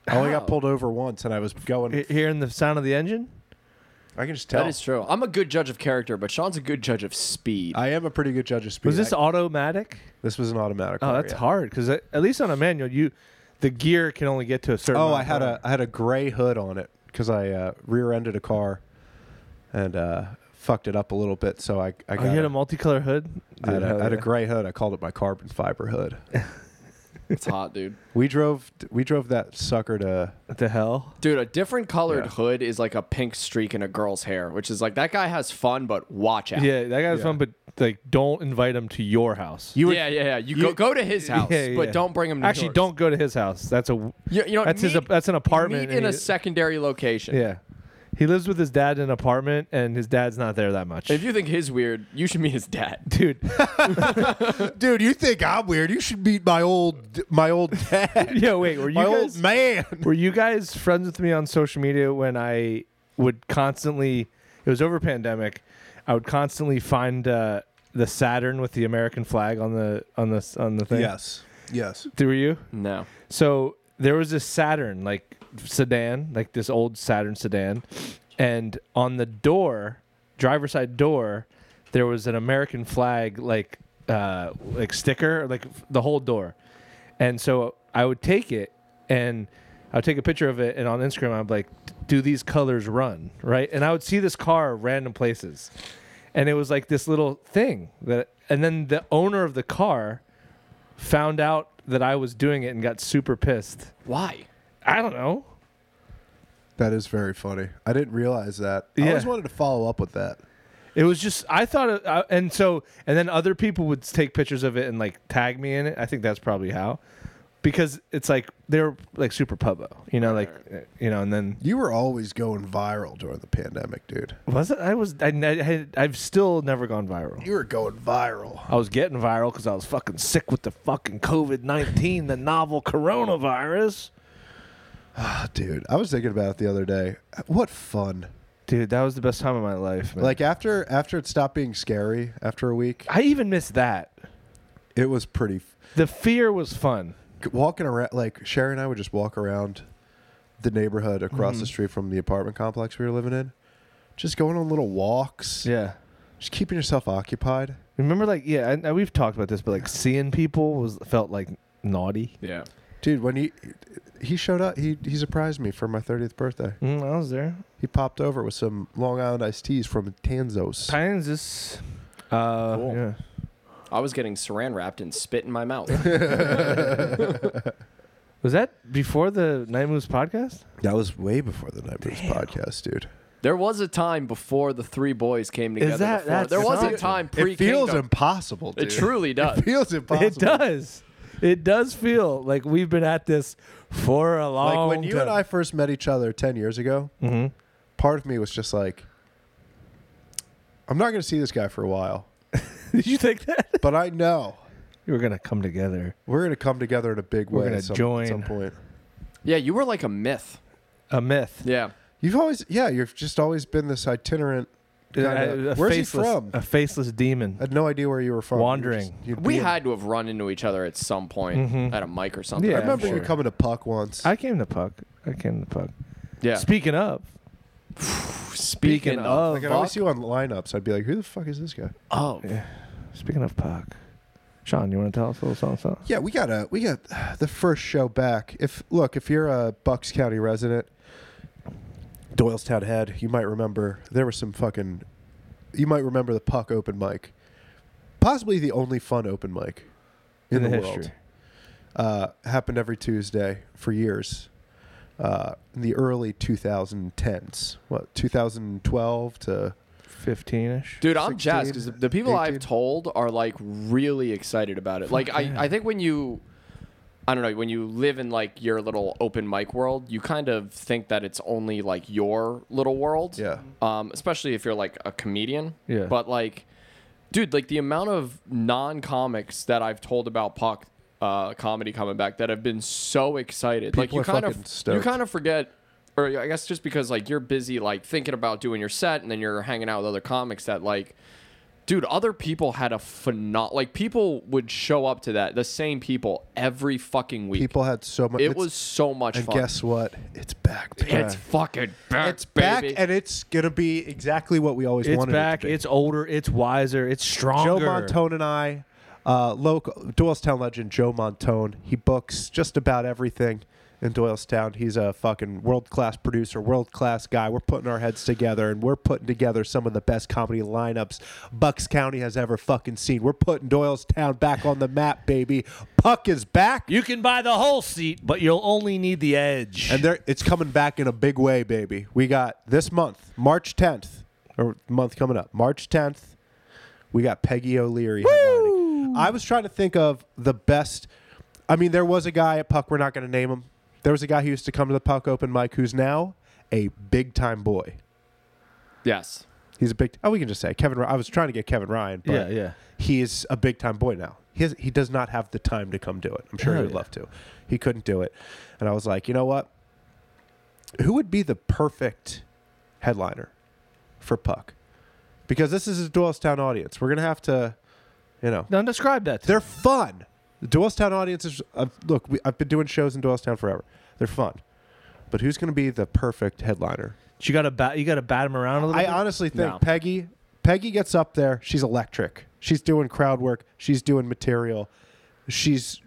Speaker 3: I only
Speaker 1: How?
Speaker 3: got pulled over once, and I was going.
Speaker 2: He- Hearing the sound of the engine.
Speaker 3: I can just tell.
Speaker 1: That is true. I'm a good judge of character, but Sean's a good judge of speed.
Speaker 3: I am a pretty good judge of speed.
Speaker 2: Was this
Speaker 3: I-
Speaker 2: automatic?
Speaker 3: this was an automatic.
Speaker 2: Oh,
Speaker 3: car,
Speaker 2: that's
Speaker 3: yeah.
Speaker 2: hard because at at least on a manual, you the gear can only get to a certain.
Speaker 3: Oh,
Speaker 2: amount
Speaker 3: I
Speaker 2: of
Speaker 3: had
Speaker 2: time.
Speaker 3: a I had a gray hood on it because I uh, rear-ended a car, and uh, fucked it up a little bit. So I I
Speaker 2: Oh,
Speaker 3: got
Speaker 2: you had
Speaker 3: a-
Speaker 2: a multicolor hood.
Speaker 3: I had,
Speaker 2: Dude,
Speaker 3: a,
Speaker 2: hell
Speaker 3: I had a
Speaker 2: yeah.
Speaker 3: gray hood. I called it my carbon fiber hood.
Speaker 1: It's hot, dude.
Speaker 3: we drove we drove that sucker to
Speaker 2: What the hell?
Speaker 1: Dude, a different colored
Speaker 3: Yeah.
Speaker 1: hood is like a pink streak in a girl's hair, which is like that guy has fun, but watch out.
Speaker 2: Yeah, that guy's
Speaker 3: Yeah.
Speaker 2: fun, but like, don't invite him to your house.
Speaker 3: you. Were,
Speaker 1: yeah, yeah, yeah. You, go, go to his house,
Speaker 2: Yeah,
Speaker 1: but
Speaker 2: yeah.
Speaker 1: don't bring him. To
Speaker 2: Actually,
Speaker 1: yours.
Speaker 2: don't go to his house. That's a
Speaker 1: You, you know,
Speaker 2: that's his.
Speaker 1: meet-
Speaker 2: That's an apartment.
Speaker 1: Meet in
Speaker 2: and
Speaker 1: a
Speaker 2: he-
Speaker 1: secondary location.
Speaker 2: yeah, he lives with his dad in an apartment, and his dad's not there that much.
Speaker 1: If you think his weird, you should meet his dad.
Speaker 2: Dude,
Speaker 3: dude, you think I'm weird? You should meet my old my old dad,
Speaker 2: yeah, wait, were you
Speaker 3: my
Speaker 2: guys
Speaker 3: old man.
Speaker 2: were you guys friends with me on social media when I would constantly? It was over pandemic. I would constantly find uh, the Saturn with the American flag on the on the on the thing.
Speaker 3: Yes, yes.
Speaker 2: were you?
Speaker 1: No.
Speaker 2: So there was this Saturn, like sedan, like this old Saturn sedan, and on the door, driver's side door, there was an American flag like uh, like sticker like f- the whole door, and so I would take it and I would take a picture of it and on Instagram I'd be like, do these colors run right? And I would see this car random places, and it was like this little thing that, and then the owner of the car found out that I was doing it and got super pissed.
Speaker 1: Why?
Speaker 2: I don't know.
Speaker 3: That is very funny. I didn't realize that. I
Speaker 2: Yeah.
Speaker 3: always wanted to follow up with that.
Speaker 2: It was just I thought, it, I, and so and then other people would take pictures of it and like tag me in it. I think that's probably how, because it's like they're like super pubbo, you know, like uh, you know, and then
Speaker 3: You were always going viral during the pandemic, dude.
Speaker 2: was it? I was I, ne- had, I've still never gone viral.
Speaker 3: You were going viral.
Speaker 2: I was getting viral because I was fucking sick with the fucking COVID nineteen, the novel coronavirus.
Speaker 3: Ah, dude, I was thinking about it the other day. What fun.
Speaker 2: Dude, that was the best time of my life. Man.
Speaker 3: Like after after it stopped being scary after a week,
Speaker 2: I even missed that.
Speaker 3: it was pretty f-
Speaker 2: The fear was fun.
Speaker 3: walking around like Sherry and I would just walk around the neighborhood across
Speaker 2: Mm-hmm.
Speaker 3: the street from the apartment complex we were living in. Just going on little walks.
Speaker 2: Yeah.
Speaker 3: Just keeping yourself occupied.
Speaker 2: Remember, like, yeah, I, I, we've talked about this, but like seeing people was felt like naughty.
Speaker 1: Yeah.
Speaker 3: Dude, when he he showed up, he he surprised me for my 30th birthday.
Speaker 2: Mm, I was there.
Speaker 3: He popped over with some Long Island iced teas from Tanzos.
Speaker 2: Kansas. Uh,
Speaker 1: Cool.
Speaker 2: yeah.
Speaker 1: I was getting saran wrapped and spit in my mouth.
Speaker 2: Was that before the Night Moves podcast?
Speaker 3: That was way before the Night Moves
Speaker 2: Damn.
Speaker 3: podcast, dude.
Speaker 1: there was a time before the three boys came together.
Speaker 2: that-
Speaker 1: before-
Speaker 2: that's
Speaker 1: there was a
Speaker 2: not-
Speaker 1: time pre
Speaker 3: it feels
Speaker 1: Kingdom.
Speaker 3: impossible, dude.
Speaker 1: It truly does.
Speaker 3: It feels impossible.
Speaker 2: It does. It does feel like we've been at this for a long
Speaker 3: Like
Speaker 2: time.
Speaker 3: when you and I first met each other 10 years ago,
Speaker 2: Mhm.
Speaker 3: part of me was just like, I'm not going to see this guy for a while,
Speaker 2: Did you think that?
Speaker 3: but I know
Speaker 2: You were going to come together.
Speaker 3: we're going to come together in a big way
Speaker 2: We're gonna
Speaker 3: at some,
Speaker 2: join.
Speaker 3: at some point.
Speaker 1: yeah, you were like a myth.
Speaker 2: A myth.
Speaker 1: Yeah.
Speaker 3: You've always, yeah, you've just always been this itinerant. Kinda,
Speaker 2: Uh, A- a
Speaker 3: where's
Speaker 2: faceless,
Speaker 3: he from?
Speaker 2: A faceless demon.
Speaker 3: I had no idea where you were from. You were
Speaker 2: Wandering.
Speaker 3: just- you'd
Speaker 1: We
Speaker 3: be in-
Speaker 1: had to have run into each other at some point at a mic or something.
Speaker 2: Yeah,
Speaker 3: I remember you
Speaker 2: sure.
Speaker 3: coming to Puck once.
Speaker 2: I came to Puck. I came to Puck.
Speaker 1: Yeah.
Speaker 2: Speaking of,
Speaker 1: Speaking,
Speaker 2: speaking
Speaker 1: of,
Speaker 2: of,
Speaker 3: like, I'd always see you on lineups. I'd be like, who the fuck is this guy?
Speaker 1: oh,
Speaker 2: speaking of Puck, Sean, you want to tell us a little something? something?
Speaker 3: Yeah, we got a we got the first show back. If look, if you're a Bucks County resident, Doylestown head, you might remember there was some fucking you might remember the puck open mic. Possibly the only fun open mic in, the, world. Uh, happened every Tuesday for years. Uh, in the early 2010s, what 2012 to
Speaker 2: fifteen ish.
Speaker 1: dude, I'm
Speaker 3: 16,
Speaker 1: jazzed because the people I've
Speaker 3: 18.
Speaker 1: told are like really excited about it. Like, I, I think when you, I don't know, when you live in like your little open mic world, you kind of think that it's only like your little world.
Speaker 3: yeah,
Speaker 1: um, especially if you're like a comedian.
Speaker 2: Yeah.
Speaker 1: But like, dude, like the amount of non-comics that I've told about Puck uh, comedy coming back that have been so excited. like
Speaker 3: People
Speaker 1: you
Speaker 3: are
Speaker 1: kind
Speaker 3: fucking
Speaker 1: of
Speaker 3: stoked.
Speaker 1: you kind of forget. Or I guess just because like you're busy like thinking about doing your set and then you're hanging out with other comics that like, dude, other people had a phenom like people would show up to that the same people every fucking week.
Speaker 3: people had so much.
Speaker 1: it
Speaker 3: it's-
Speaker 1: was so much
Speaker 3: and
Speaker 1: fun.
Speaker 3: guess what? It's back. baby.
Speaker 1: it's fucking back,
Speaker 3: It's back
Speaker 1: baby.
Speaker 3: and it's gonna be exactly what we always
Speaker 2: It's
Speaker 3: wanted.
Speaker 2: back.
Speaker 3: It to be.
Speaker 2: It's older. It's wiser. It's
Speaker 3: Joe
Speaker 2: stronger.
Speaker 3: Montone and I, uh, local Doylestown legend Joe Montone. He books just about everything in Doylestown. He's a fucking world class producer, world class guy. We're putting our heads together and we're putting together some of the best comedy lineups Bucks County has ever fucking seen. We're putting Doylestown back on the map, baby. Puck is back.
Speaker 2: You can buy the whole seat, but you'll only need the edge.
Speaker 3: And there, it's coming back in a big way, baby. We got this month, March 10th, or month coming up, March 10th. We got Peggy O'Leary. headlining. I was trying to think of the best. I mean, there was a guy at Puck. We're not going to name him. There was a guy who used to come to the Puck open mic who's now a big time boy.
Speaker 1: yes.
Speaker 3: He's a big. Oh, we can just say Kevin. Ry- I was trying to get Kevin Ryan, but
Speaker 2: yeah, yeah.
Speaker 3: he is a big time boy now. He, has, he does not have the time to come do it. I'm sure he
Speaker 2: Hell
Speaker 3: would
Speaker 2: yeah.
Speaker 3: love to. He couldn't do it. And I was like, you know what? Who would be the perfect headliner for Puck? Because this is a Doylestown audience. We're going to have to, you know,
Speaker 2: Now describe that. to
Speaker 3: they're fun. The Doylestown audience is, I've, look, we, I've been doing shows in Doylestown forever. They're fun. But who's going to be the perfect headliner?
Speaker 2: me. you got to bat. You got to bat him around a little.
Speaker 3: I
Speaker 2: bit?
Speaker 3: honestly think
Speaker 1: No.
Speaker 3: Peggy Peggy gets up there, she's electric. She's doing crowd work. She's doing material. She's,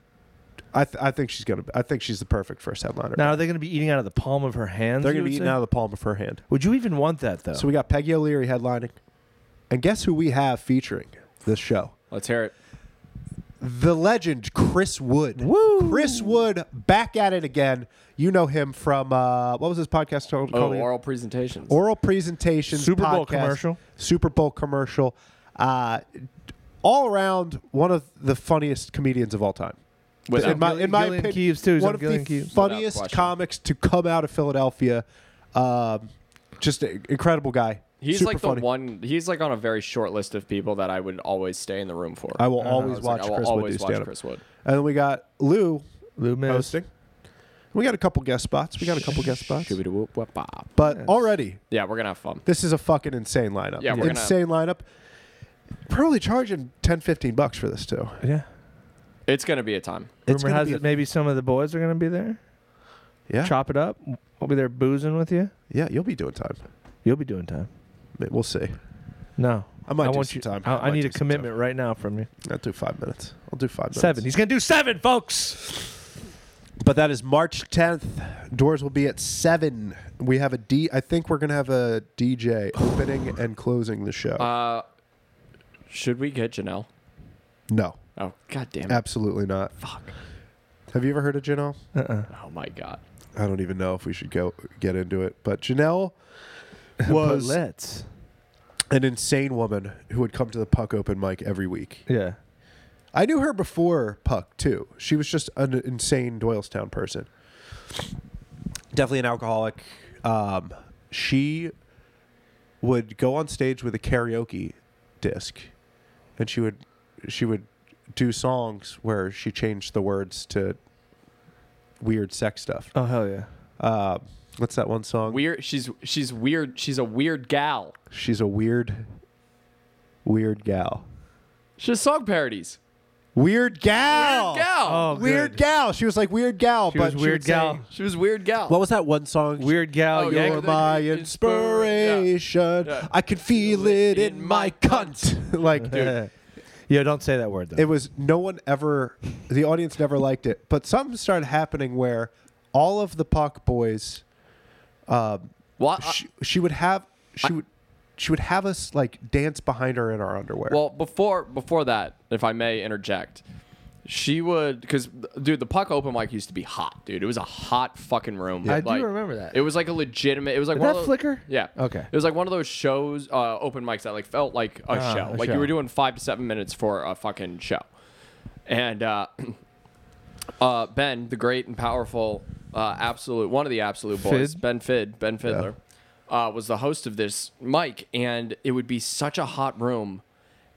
Speaker 3: I, th- I think she's gonna. I think she's the perfect first headliner.
Speaker 2: Now, are they going to be eating out of the palm of her hands?
Speaker 3: They're
Speaker 2: you
Speaker 3: gonna be
Speaker 2: would
Speaker 3: eating
Speaker 2: say?
Speaker 3: out of the palm of her hand.
Speaker 2: Would you even want that though?
Speaker 3: So we got Peggy O'Leary headlining, and guess who we have featuring this show?
Speaker 1: Let's hear it.
Speaker 3: the legend Chris Wood.
Speaker 2: Woo!
Speaker 3: Chris Wood back at it again. You know him from uh, what was his podcast called?
Speaker 1: Oh,
Speaker 3: called again?
Speaker 1: oral presentations.
Speaker 3: Oral presentations,
Speaker 2: Super Bowl
Speaker 3: podcast,
Speaker 2: commercial.
Speaker 3: Super Bowl commercial. Uh, all around, one of the funniest comedians of all time.
Speaker 1: Without-
Speaker 3: in my, in my
Speaker 2: Gillian
Speaker 3: opinion,
Speaker 2: Keeves, too. He's
Speaker 3: one
Speaker 2: on
Speaker 3: of
Speaker 2: Gillian
Speaker 3: the
Speaker 2: Keeves.
Speaker 1: Without
Speaker 3: funniest
Speaker 1: question.
Speaker 3: comics to come out of Philadelphia. Um, just an incredible guy.
Speaker 1: he's
Speaker 3: Super
Speaker 1: like the
Speaker 3: funny.
Speaker 1: one. He's like on a very short list of people that I would always stay in the room for.
Speaker 3: I will
Speaker 2: I
Speaker 3: always
Speaker 1: was like,
Speaker 3: watch
Speaker 1: I will
Speaker 3: Chris Wood
Speaker 1: always
Speaker 3: do
Speaker 1: watch
Speaker 3: stand up.
Speaker 1: Chris Wood.
Speaker 3: And then we got Lou
Speaker 2: Lou Miz.
Speaker 3: hosting. We got a couple guest spots. We got a couple guest spots.
Speaker 1: Shoo-be-doo-whoop-whoop-bop.
Speaker 3: But already,
Speaker 1: Yeah, we're gonna have fun.
Speaker 3: this is a fucking insane lineup.
Speaker 1: Yeah, we're gonna-
Speaker 3: insane lineup. Probably charging 10, 15 bucks for this too.
Speaker 2: Yeah.
Speaker 1: It's gonna be a time.
Speaker 3: It's
Speaker 2: Rumor
Speaker 3: gonna
Speaker 2: has
Speaker 3: be
Speaker 2: it
Speaker 3: a-
Speaker 2: maybe some of the boys are going to be there.
Speaker 3: Yeah,
Speaker 2: Chop it up. I'll be there boozing with you.
Speaker 3: yeah, you'll be doing time.
Speaker 2: You'll be doing time.
Speaker 3: Ma- We'll see.
Speaker 2: No,
Speaker 3: I might
Speaker 2: I
Speaker 3: do
Speaker 2: want
Speaker 3: some
Speaker 2: you.
Speaker 3: time.
Speaker 2: I,
Speaker 3: I
Speaker 2: I,
Speaker 3: might
Speaker 2: need
Speaker 3: do
Speaker 2: a
Speaker 3: some time.
Speaker 2: commitment right now from you.
Speaker 3: I'll do five minutes. I'll do five minutes.
Speaker 2: Seven. He's going to do seven, folks.
Speaker 3: But that is March 10th. Doors will be at seven. We have a D. I think we're gonna have a DJ opening and closing the show.
Speaker 1: Uh, should we get Janelle?
Speaker 3: no,
Speaker 1: Oh, god damn it.
Speaker 3: absolutely not.
Speaker 1: Fuck.
Speaker 3: Have you ever heard of Janelle?
Speaker 2: Uh-uh.
Speaker 1: Oh my god.
Speaker 3: I don't even know if we should go get into it. But Janelle was
Speaker 2: let's.
Speaker 3: an insane woman who would come to the Puck open mic every week.
Speaker 2: Yeah.
Speaker 3: I knew her before Puck too. She was just an insane Doylestown person. Definitely an alcoholic. Um, she would go on stage with a karaoke disc, and she would she would do songs where she changed the words to weird sex stuff.
Speaker 2: Oh hell yeah.
Speaker 3: Uh, what's that one song?
Speaker 1: Weird. She's she's weird. She's a weird gal.
Speaker 3: She's a weird, weird gal.
Speaker 1: She has song parodies.
Speaker 3: Weird gal.
Speaker 1: Weird gal.
Speaker 2: Oh,
Speaker 3: Weird
Speaker 2: good.
Speaker 3: gal. She was like weird gal,
Speaker 2: She was
Speaker 3: but she
Speaker 2: weird
Speaker 3: would say-
Speaker 2: gal.
Speaker 1: She was weird gal.
Speaker 3: what was that one song?
Speaker 2: Weird gal.
Speaker 1: Oh,
Speaker 3: You're
Speaker 1: yeah.
Speaker 2: yank-
Speaker 3: my
Speaker 1: Yeah.
Speaker 3: inspiration.
Speaker 1: Yeah.
Speaker 3: I can feel it in my cunt. like,
Speaker 2: Yeah. Yo, don't say that word though.
Speaker 3: it was no one ever. The audience never liked it, but something started happening where all of the puck boys,
Speaker 1: Well, I-
Speaker 3: she, she would have, she would, she would have us like dance behind her in our underwear.
Speaker 1: Well, before before that, if I may interject, she would because dude, the puck open mic used to be hot, dude. It was a hot fucking room.
Speaker 2: I do
Speaker 1: Like,
Speaker 2: remember that.
Speaker 1: It was like a legitimate. It was like
Speaker 2: Did
Speaker 1: one
Speaker 2: that
Speaker 1: of those,
Speaker 2: flicker?
Speaker 1: Yeah.
Speaker 2: Okay.
Speaker 1: It was like one of those shows, uh, open mics that like felt like a
Speaker 2: Ah,
Speaker 1: show.
Speaker 2: a
Speaker 1: like
Speaker 2: show.
Speaker 1: you were doing five to seven minutes for a fucking show, and uh, uh, Ben, the great and powerful, uh, absolute one of the absolute boys,
Speaker 2: Fid?
Speaker 1: Ben Fid, Ben Fiddler, uh, was the host of this mic, and it would be such a hot room,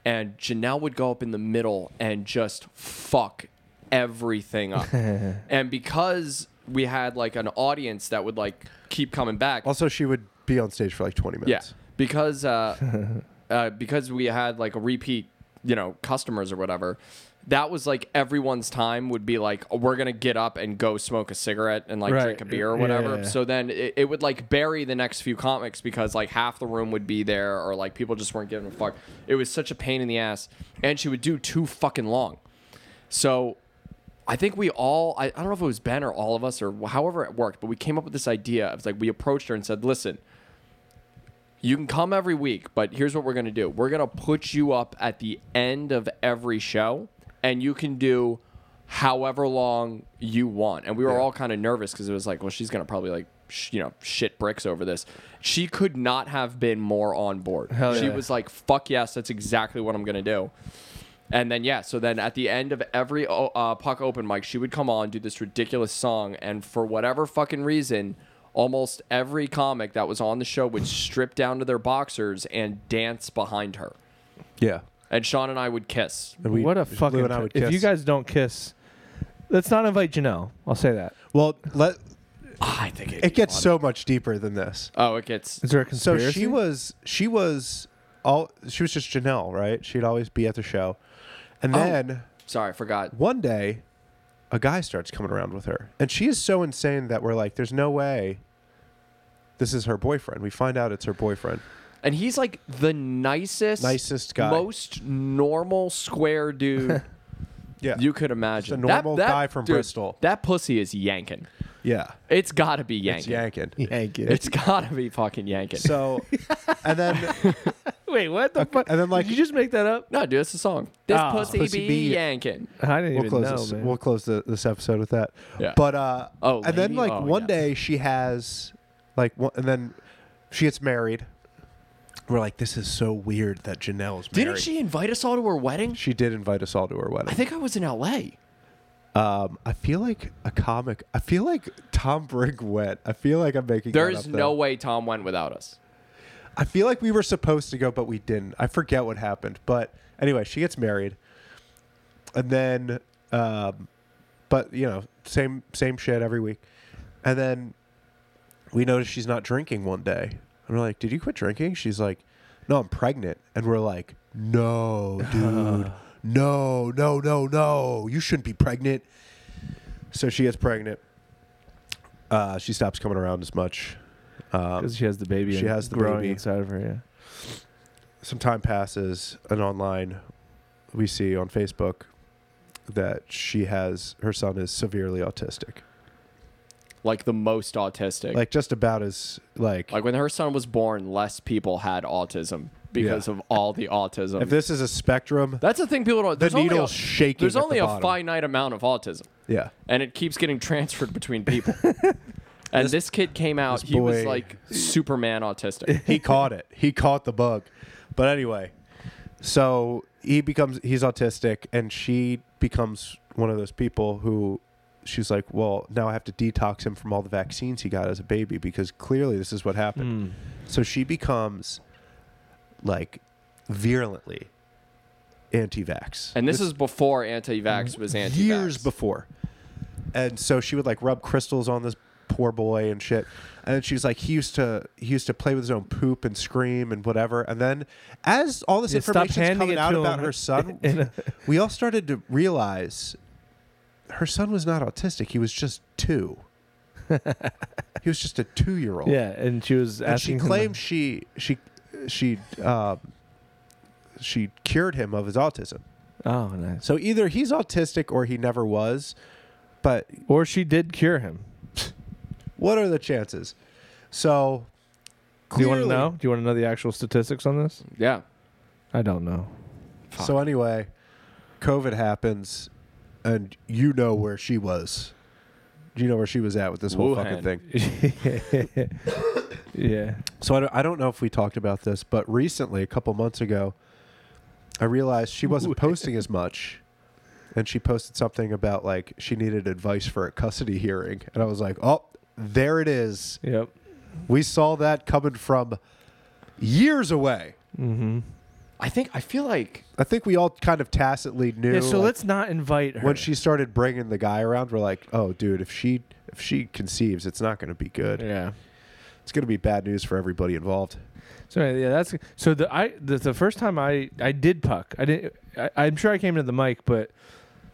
Speaker 1: and Janelle would go up in the middle and just fuck everything up, and because we had like an audience that would like keep coming back,
Speaker 3: also, she would be on stage for like twenty
Speaker 1: yeah,
Speaker 3: minutes.
Speaker 1: because uh, uh, because we had like a repeat, you know, customers or whatever. That was like everyone's time would be like "Oh, we're gonna get up and go smoke a cigarette and like
Speaker 2: Right.
Speaker 1: drink a beer or
Speaker 2: Yeah,
Speaker 1: whatever.
Speaker 2: yeah, yeah.
Speaker 1: So then it, it would like bury the next few comics because like half the room would be there or like people just weren't giving a fuck. It was such a pain in the ass, and she would do too fucking long. So I think we all, I, I don't know if it was Ben or all of us or however it worked, but we came up with this idea of like, we approached her and said, listen, you can come every week, but here's what we're going to do. We're going to put you up at the end of every show, and you can do however long you want. And we were all kind of nervous because it was like, well, she's going to probably like, sh- you know, shit bricks over this. She could not have been more on board.
Speaker 2: Hell
Speaker 1: she
Speaker 2: yeah.
Speaker 1: was like, fuck yes, that's exactly what I'm going to do. And then yeah, so then at the end of every o- uh, puck open mic, she would come on do this ridiculous song, and for whatever fucking reason, almost every comic that was on the show would strip down to their boxers and dance behind her.
Speaker 3: Yeah,
Speaker 1: And Sean and I would kiss.
Speaker 3: And we-
Speaker 2: what a
Speaker 3: Lou
Speaker 2: fucking.
Speaker 3: and I
Speaker 2: tur-
Speaker 3: would
Speaker 2: if you
Speaker 3: kiss.
Speaker 2: guys don't kiss, let's not invite Janelle. I'll say that.
Speaker 3: Well, let
Speaker 1: I think it,
Speaker 3: it gets so much deeper than this.
Speaker 1: Oh, it gets.
Speaker 2: Is there a
Speaker 3: So
Speaker 2: conspiracy?
Speaker 3: she was she was all she was just Janelle, right? She'd always be at the show. And then
Speaker 1: Sorry, I forgot.
Speaker 3: one day a guy starts coming around with her. And she is so insane that we're like, there's no way this is her boyfriend. We find out it's her boyfriend.
Speaker 1: and he's like the nicest,
Speaker 3: Nicest guy.
Speaker 1: most normal square dude
Speaker 3: Yeah.
Speaker 1: you could imagine.
Speaker 3: Just a normal guy from Bristol.
Speaker 1: That pussy is yanking.
Speaker 3: yeah.
Speaker 1: It's got to be yanking.
Speaker 3: It's yanking.
Speaker 4: Yank it.
Speaker 1: It's got to be fucking yanking.
Speaker 3: So, and then
Speaker 2: Wait, what the fuck?
Speaker 3: and then, like-
Speaker 2: Did you just make that up?
Speaker 1: no, dude, it's a song. This
Speaker 2: Ah.
Speaker 1: pussy,
Speaker 3: Pussy
Speaker 1: be,
Speaker 3: be-
Speaker 1: yanking.
Speaker 2: I didn't
Speaker 3: we'll
Speaker 2: even
Speaker 3: close
Speaker 2: know,
Speaker 3: this.
Speaker 2: man.
Speaker 3: We'll close the, this episode with that.
Speaker 1: Yeah.
Speaker 3: But uh,
Speaker 1: Oh,
Speaker 3: and then
Speaker 1: lady?
Speaker 3: like
Speaker 1: Oh,
Speaker 3: one
Speaker 1: yeah.
Speaker 3: day she has like one, and then she gets married. We're like, this is so weird that Janelle's married.
Speaker 1: Didn't she invite us all to her wedding?
Speaker 3: She did invite us all to her
Speaker 1: I
Speaker 3: wedding.
Speaker 1: think I was in L.A.
Speaker 3: Um, I feel like a comic. I feel like Tom Brigg went. I feel like I'm making. that
Speaker 1: There's
Speaker 3: up,
Speaker 1: no
Speaker 3: though.
Speaker 1: way Tom went without us.
Speaker 3: I feel like we were supposed to go, but we didn't. I forget what happened. But anyway, she gets married, and then, um, but you know, same same shit every week, and then we notice she's not drinking one day, and we're like, "Did you quit drinking?" She's like, "No, I'm pregnant," and we're like, "No, dude." No, no, no, no. You shouldn't be pregnant. So she gets pregnant. Uh, she stops coming around as much. Um,
Speaker 2: Because she has the baby.
Speaker 3: She
Speaker 2: and
Speaker 3: has the
Speaker 2: growing
Speaker 3: baby.
Speaker 2: inside of her. Yeah.
Speaker 3: some time passes and online we see on facebook that she has her son is severely autistic
Speaker 1: Like the most autistic.
Speaker 3: like just about as like,
Speaker 1: Like when her son was born, less people had autism because
Speaker 3: Yeah.
Speaker 1: of all the autism.
Speaker 3: if this is a spectrum
Speaker 1: That's the thing people don't.
Speaker 3: the
Speaker 1: there's only a-
Speaker 3: needle's shaking
Speaker 1: There's
Speaker 3: at
Speaker 1: only
Speaker 3: the
Speaker 1: a
Speaker 3: bottom.
Speaker 1: finite amount of autism,
Speaker 3: yeah
Speaker 1: and it keeps getting transferred between people. and this, kid came out.
Speaker 3: this
Speaker 1: He was
Speaker 3: boy-
Speaker 1: like Superman autistic.
Speaker 3: he caught it he caught the bug but anyway so he becomes he's autistic and she becomes one of those people who she's like well now i have to detox him from all the vaccines he got as a baby because clearly this is what happened
Speaker 2: Hmm.
Speaker 3: So she becomes like virulently anti-vax.
Speaker 1: And this, is before anti-vax was anti-vax.
Speaker 3: years before. And so she would like rub crystals on this poor boy and shit. And she's like, he used to he used to play with his own poop and scream and whatever. And then as all this
Speaker 2: Yeah, stop
Speaker 3: information's
Speaker 2: handing
Speaker 3: coming
Speaker 2: it
Speaker 3: out
Speaker 2: to
Speaker 3: about
Speaker 2: him.
Speaker 3: her son, we all started to realize her son was not autistic. He was just two. he was just a two year old.
Speaker 2: Yeah, and she was
Speaker 3: And she
Speaker 2: asking. him-
Speaker 3: claimed she she she um, she cured him of his autism.
Speaker 2: Oh, nice.
Speaker 3: So either he's autistic or he never was. But
Speaker 2: Or she did cure him.
Speaker 3: what are the chances? So
Speaker 2: Do you want
Speaker 3: clearly-
Speaker 2: to know? Do you want to know the actual statistics on this?
Speaker 1: Yeah.
Speaker 2: I don't know.
Speaker 3: So anyway, COVID happens, and you know where she was. You know where she was at with this whole
Speaker 1: Wuhan.
Speaker 3: fucking thing.
Speaker 2: yeah.
Speaker 3: So I don't, I don't know if we talked about this, but recently, a couple months ago, I realized she wasn't posting as much. And she posted something about like she needed advice for a custody hearing. And I was like, oh, there it is.
Speaker 2: Yep.
Speaker 3: We saw that coming from years away.
Speaker 2: Mm-hmm.
Speaker 1: I think I feel like
Speaker 3: I think we all kind of tacitly knew.
Speaker 2: Yeah. So
Speaker 3: like,
Speaker 2: let's not invite her.
Speaker 3: when she started bringing the guy around, we're like, oh, dude, if she if she conceives, it's not going to be good.
Speaker 2: Yeah.
Speaker 3: It's going to be bad news for everybody involved.
Speaker 2: So anyway, yeah, that's so the I the, the first time I I did puck. I didn't. I, I'm sure I came to the mic, but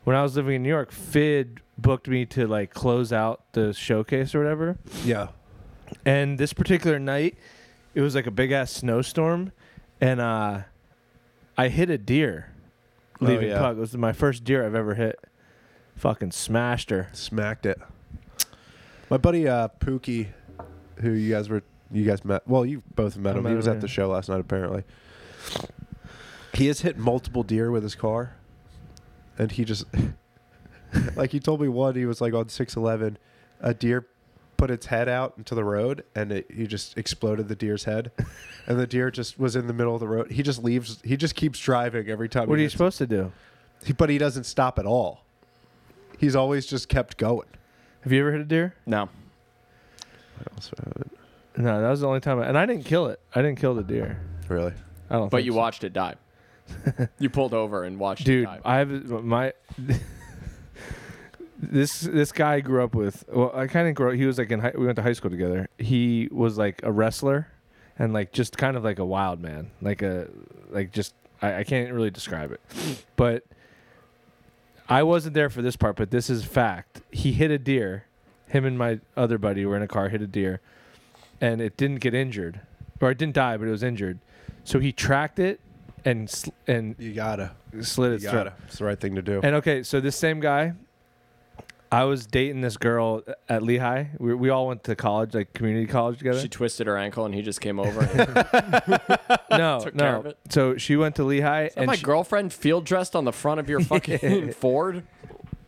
Speaker 2: when I was living in New York, Fid booked me to like close out the showcase or whatever.
Speaker 3: Yeah.
Speaker 2: And this particular night, it was like a big ass snowstorm, and uh, I hit a deer
Speaker 3: Oh,
Speaker 2: leaving
Speaker 3: yeah.
Speaker 2: puck. It was my first deer I've ever hit. Fucking smashed her.
Speaker 3: Smacked it. My buddy uh, Pookie, who you guys were, you guys met. Well, you both met
Speaker 2: I
Speaker 3: him.
Speaker 2: met
Speaker 3: He
Speaker 2: him,
Speaker 3: was
Speaker 2: yeah.
Speaker 3: at the show last night, apparently. He has hit multiple deer with his car, and he just, like, he told me one. He was like on six eleven, a deer put its head out into the road, and it, he just exploded the deer's head, and the deer just was in the middle of the road. He just leaves. He just keeps driving every time.
Speaker 2: What are
Speaker 3: he
Speaker 2: you
Speaker 3: hits-
Speaker 2: supposed to do?
Speaker 3: He- but he doesn't stop at all. He's always just kept going.
Speaker 2: Have you ever hit a deer?
Speaker 1: no.
Speaker 2: No, that was the only time. I, and I didn't kill it. I didn't kill the deer.
Speaker 3: Really?
Speaker 2: I don't.
Speaker 1: But
Speaker 2: think
Speaker 1: you
Speaker 2: so.
Speaker 1: watched it die. you pulled over and watched
Speaker 2: dude.
Speaker 1: it die.
Speaker 2: I have my this this guy I grew up with. Well, I kind of grew. He was like in high, we went to high school together. He was like a wrestler and like just kind of like a wild man, like a like just I, I can't really describe it, but I wasn't there for this part. But this is fact. He hit a deer. Him and my other buddy were in a car, hit a deer, and it didn't get injured. or it didn't die, but it was injured. So he tracked it and sl- and
Speaker 3: You gotta.
Speaker 2: slit
Speaker 3: You
Speaker 2: its throat.
Speaker 3: gotta. It's the right thing to do.
Speaker 2: And okay, so this same guy, I was dating this girl at Lehigh. We, we all went to college, like community college together.
Speaker 1: She twisted her ankle and he just came over. And
Speaker 2: no,
Speaker 1: took
Speaker 2: no.
Speaker 1: care of it.
Speaker 2: So she went to Lehigh,
Speaker 1: and
Speaker 2: and
Speaker 1: my
Speaker 2: she-
Speaker 1: girlfriend field dressed on the front of your fucking Ford.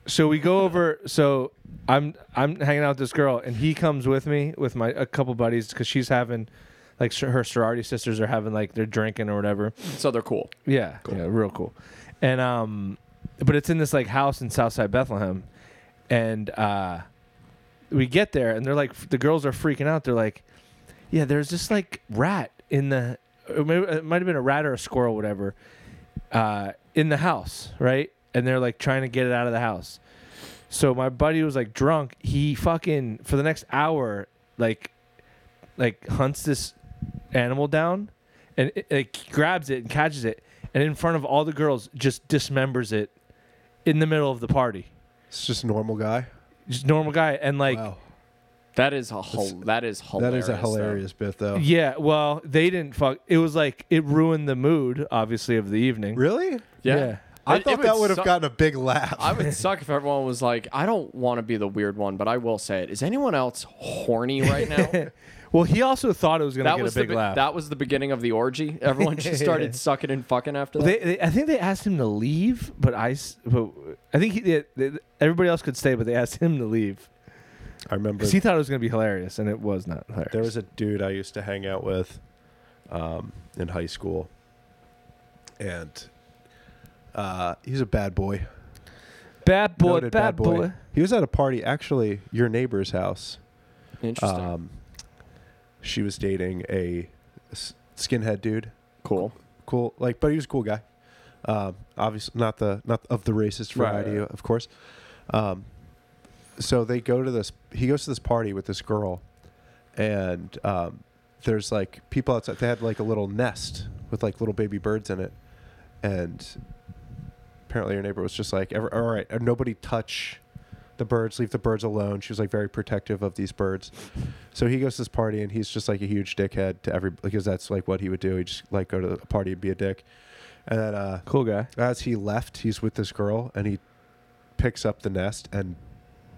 Speaker 2: so we go over. So I'm I'm hanging out with this girl, and he comes with me with my a couple buddies because she's having. Like her sorority sisters are having like they're drinking or whatever,
Speaker 1: So they're cool.
Speaker 2: Yeah, yeah, real cool. And um, but it's in this like house in Southside Bethlehem, and uh, we get there and they're like the girls are freaking out. They're like, yeah, there's this like rat in the it may- uh, it might have been a rat or a squirrel, whatever, uh, in the house, right? And they're like trying to get it out of the house. So my buddy was like drunk. He fucking for the next hour like like hunts this animal down and it, it grabs it and catches it and in front of all the girls just dismembers it in the middle of the party.
Speaker 3: it's just a normal guy.
Speaker 2: Just normal guy and like
Speaker 3: wow.
Speaker 1: That is a hol- that is
Speaker 3: That
Speaker 1: hilarious.
Speaker 3: is a
Speaker 1: though.
Speaker 3: hilarious bit, though.
Speaker 2: yeah, well, they didn't fuck. It was like it ruined the mood obviously of the evening.
Speaker 3: Really?
Speaker 1: Yeah.
Speaker 2: Yeah.
Speaker 3: I
Speaker 1: It- it
Speaker 3: thought that would have
Speaker 1: suck-
Speaker 3: gotten a big laugh.
Speaker 1: I would suck if everyone was like, I don't want to be the weird one, but I will say it. Is anyone else horny right now?
Speaker 2: Well, he also thought it was going to
Speaker 1: that
Speaker 2: get
Speaker 1: was
Speaker 2: a big
Speaker 1: the, be-
Speaker 2: laugh.
Speaker 1: That was the beginning of the orgy. Everyone just started sucking and fucking after that.
Speaker 2: They, they, I think they asked him to leave, but I, s- but I think he, they, they- everybody else could stay, but they asked him to leave
Speaker 3: I remember
Speaker 2: because he thought it was going to be hilarious, and it was not hilarious.
Speaker 3: There was a dude I used to hang out with um, in high school, and uh, he's a bad boy.
Speaker 2: bad boy,
Speaker 3: Noted
Speaker 2: bad, boy.
Speaker 3: He was at a party, actually, your neighbor's house.
Speaker 1: Interesting.
Speaker 2: Uh,
Speaker 3: Um, she was dating a s- skinhead dude.
Speaker 1: cool.
Speaker 3: Cool, like, but he was a cool guy. Um, obviously, not the not of the racist
Speaker 2: Right,
Speaker 3: variety,
Speaker 2: right.
Speaker 3: of course. Um, so they go to this. He goes to this party with this girl, and um, there's like people outside. They had like a little nest with like little baby birds in it, and apparently her neighbor was just like, "Ever- "All right, uh, nobody touch the birds. Leave the birds alone." She was like very protective of these birds. So he goes to this party and he's just like a huge dickhead to every because that's like what he would do. He just like go to the party and be a dick, and then uh,
Speaker 2: Cool guy.
Speaker 3: as he left, he's with this girl, and he picks up the nest and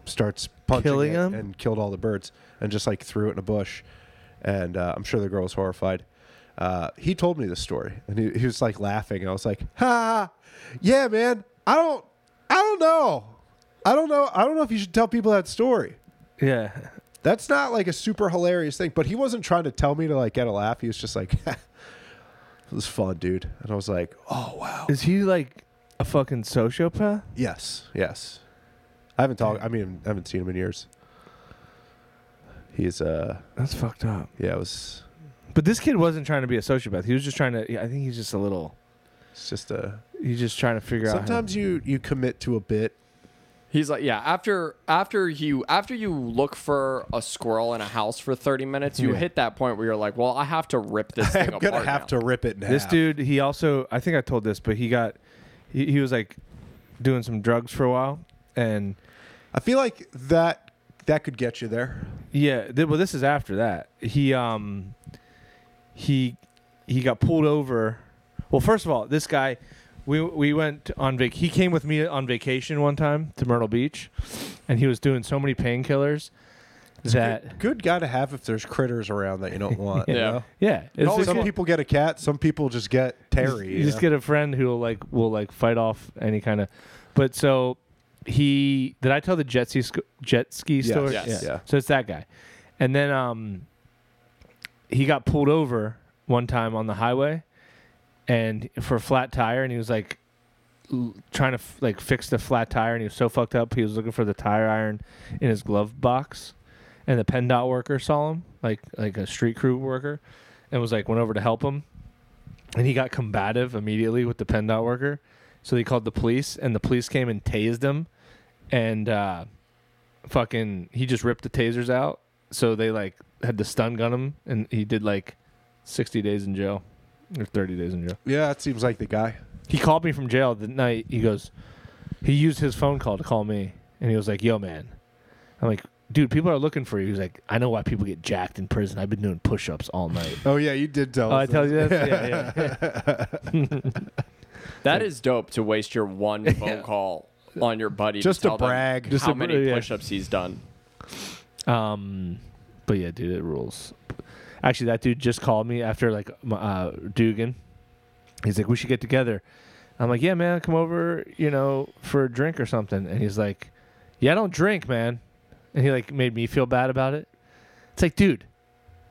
Speaker 3: starts punching
Speaker 2: Killing
Speaker 3: it
Speaker 2: them?
Speaker 3: and killed all the birds and just like threw it in a bush. And uh, I'm sure the girl was horrified. Uh, he told me this story, and he, he was like laughing, and I was like, "Ha, yeah, man. I don't, I don't know, I don't know, I don't know if you should tell people that story."
Speaker 2: Yeah,
Speaker 3: That's not like a super hilarious thing, but he wasn't trying to tell me to like get a laugh. He was just like, "It was fun, dude." And I was like, "Oh wow."
Speaker 2: is he like a fucking sociopath?
Speaker 3: Yes, yes. I haven't talked. I mean, I haven't seen him in years. He's uh,
Speaker 2: That's fucked up.
Speaker 3: yeah, it was.
Speaker 2: But this kid wasn't trying to be a sociopath. He was just trying to. I think he's just a little.
Speaker 3: It's just a.
Speaker 2: He's just trying to figure out. how to-
Speaker 3: Sometimes you you commit to a bit.
Speaker 1: He's like, yeah. After after you after you look for a squirrel in a house for thirty minutes, you
Speaker 2: Yeah.
Speaker 1: hit that point where you're like, well, I have to rip this thing
Speaker 3: I'm
Speaker 1: apart.
Speaker 3: gonna have
Speaker 1: now.
Speaker 3: to rip it now.
Speaker 2: This dude, he also, I think I told this, but he got, he, he was like doing some drugs for a while. And
Speaker 3: I feel like that that could get you there.
Speaker 2: yeah, th- well, this is after that. He, um, he, he got pulled over. Well, first of all, this guy, we, we went on vac, he came with me on vacation one time to Myrtle Beach and he was doing so many painkillers that,
Speaker 3: Good, good guy to have if there's critters around that you don't want. you
Speaker 1: Yeah.
Speaker 3: know?
Speaker 2: yeah, it's
Speaker 1: always
Speaker 2: just-
Speaker 3: Some people get a cat. Some people just get Terry.
Speaker 2: You just
Speaker 3: know?
Speaker 2: get a friend who will like will like fight off any kind of. But so he did I tell the jet ski sc- jet ski
Speaker 3: Yes,
Speaker 2: story?
Speaker 1: yes.
Speaker 3: Yeah.
Speaker 2: So it's that guy, and then um, he got pulled over one time on the highway, and for a flat tire, and he was like l- trying to f- like fix the flat tire, and he was so fucked up. He was looking for the tire iron in his glove box, and the PennDOT worker saw him, like like a street crew worker, and was like went over to help him, and he got combative immediately with the PennDOT worker, so he called the police, and the police came and tased him, and uh, fucking he just ripped the tasers out, so they like had to stun gun him, and he did like sixty days in jail or thirty days in jail.
Speaker 3: yeah, that seems like the guy.
Speaker 2: He called me from jail the night. He goes, he used his phone call to call me, and he was like, "Yo, man," I'm like, dude, people are looking for you. He's like, I know why people get jacked in prison. I've been doing push ups all night.
Speaker 3: Oh yeah, you did tell.
Speaker 2: Oh,
Speaker 3: us
Speaker 2: I tell
Speaker 3: that.
Speaker 2: you that? Yeah, yeah.
Speaker 1: That is dope to waste your one phone call on your buddy.
Speaker 3: Just
Speaker 1: to
Speaker 3: to
Speaker 1: tell them
Speaker 3: brag.
Speaker 2: Just
Speaker 1: how
Speaker 2: to-
Speaker 1: many
Speaker 2: yeah.
Speaker 1: push-ups he's done.
Speaker 2: Um, but yeah, dude, it rules. Actually, that dude just called me after like my, uh, Dugan. He's like, we should get together. I'm like, yeah, man, come over, you know, for a drink or something. And he's like, yeah, I don't drink, man. And he like made me feel bad about it. It's like, dude,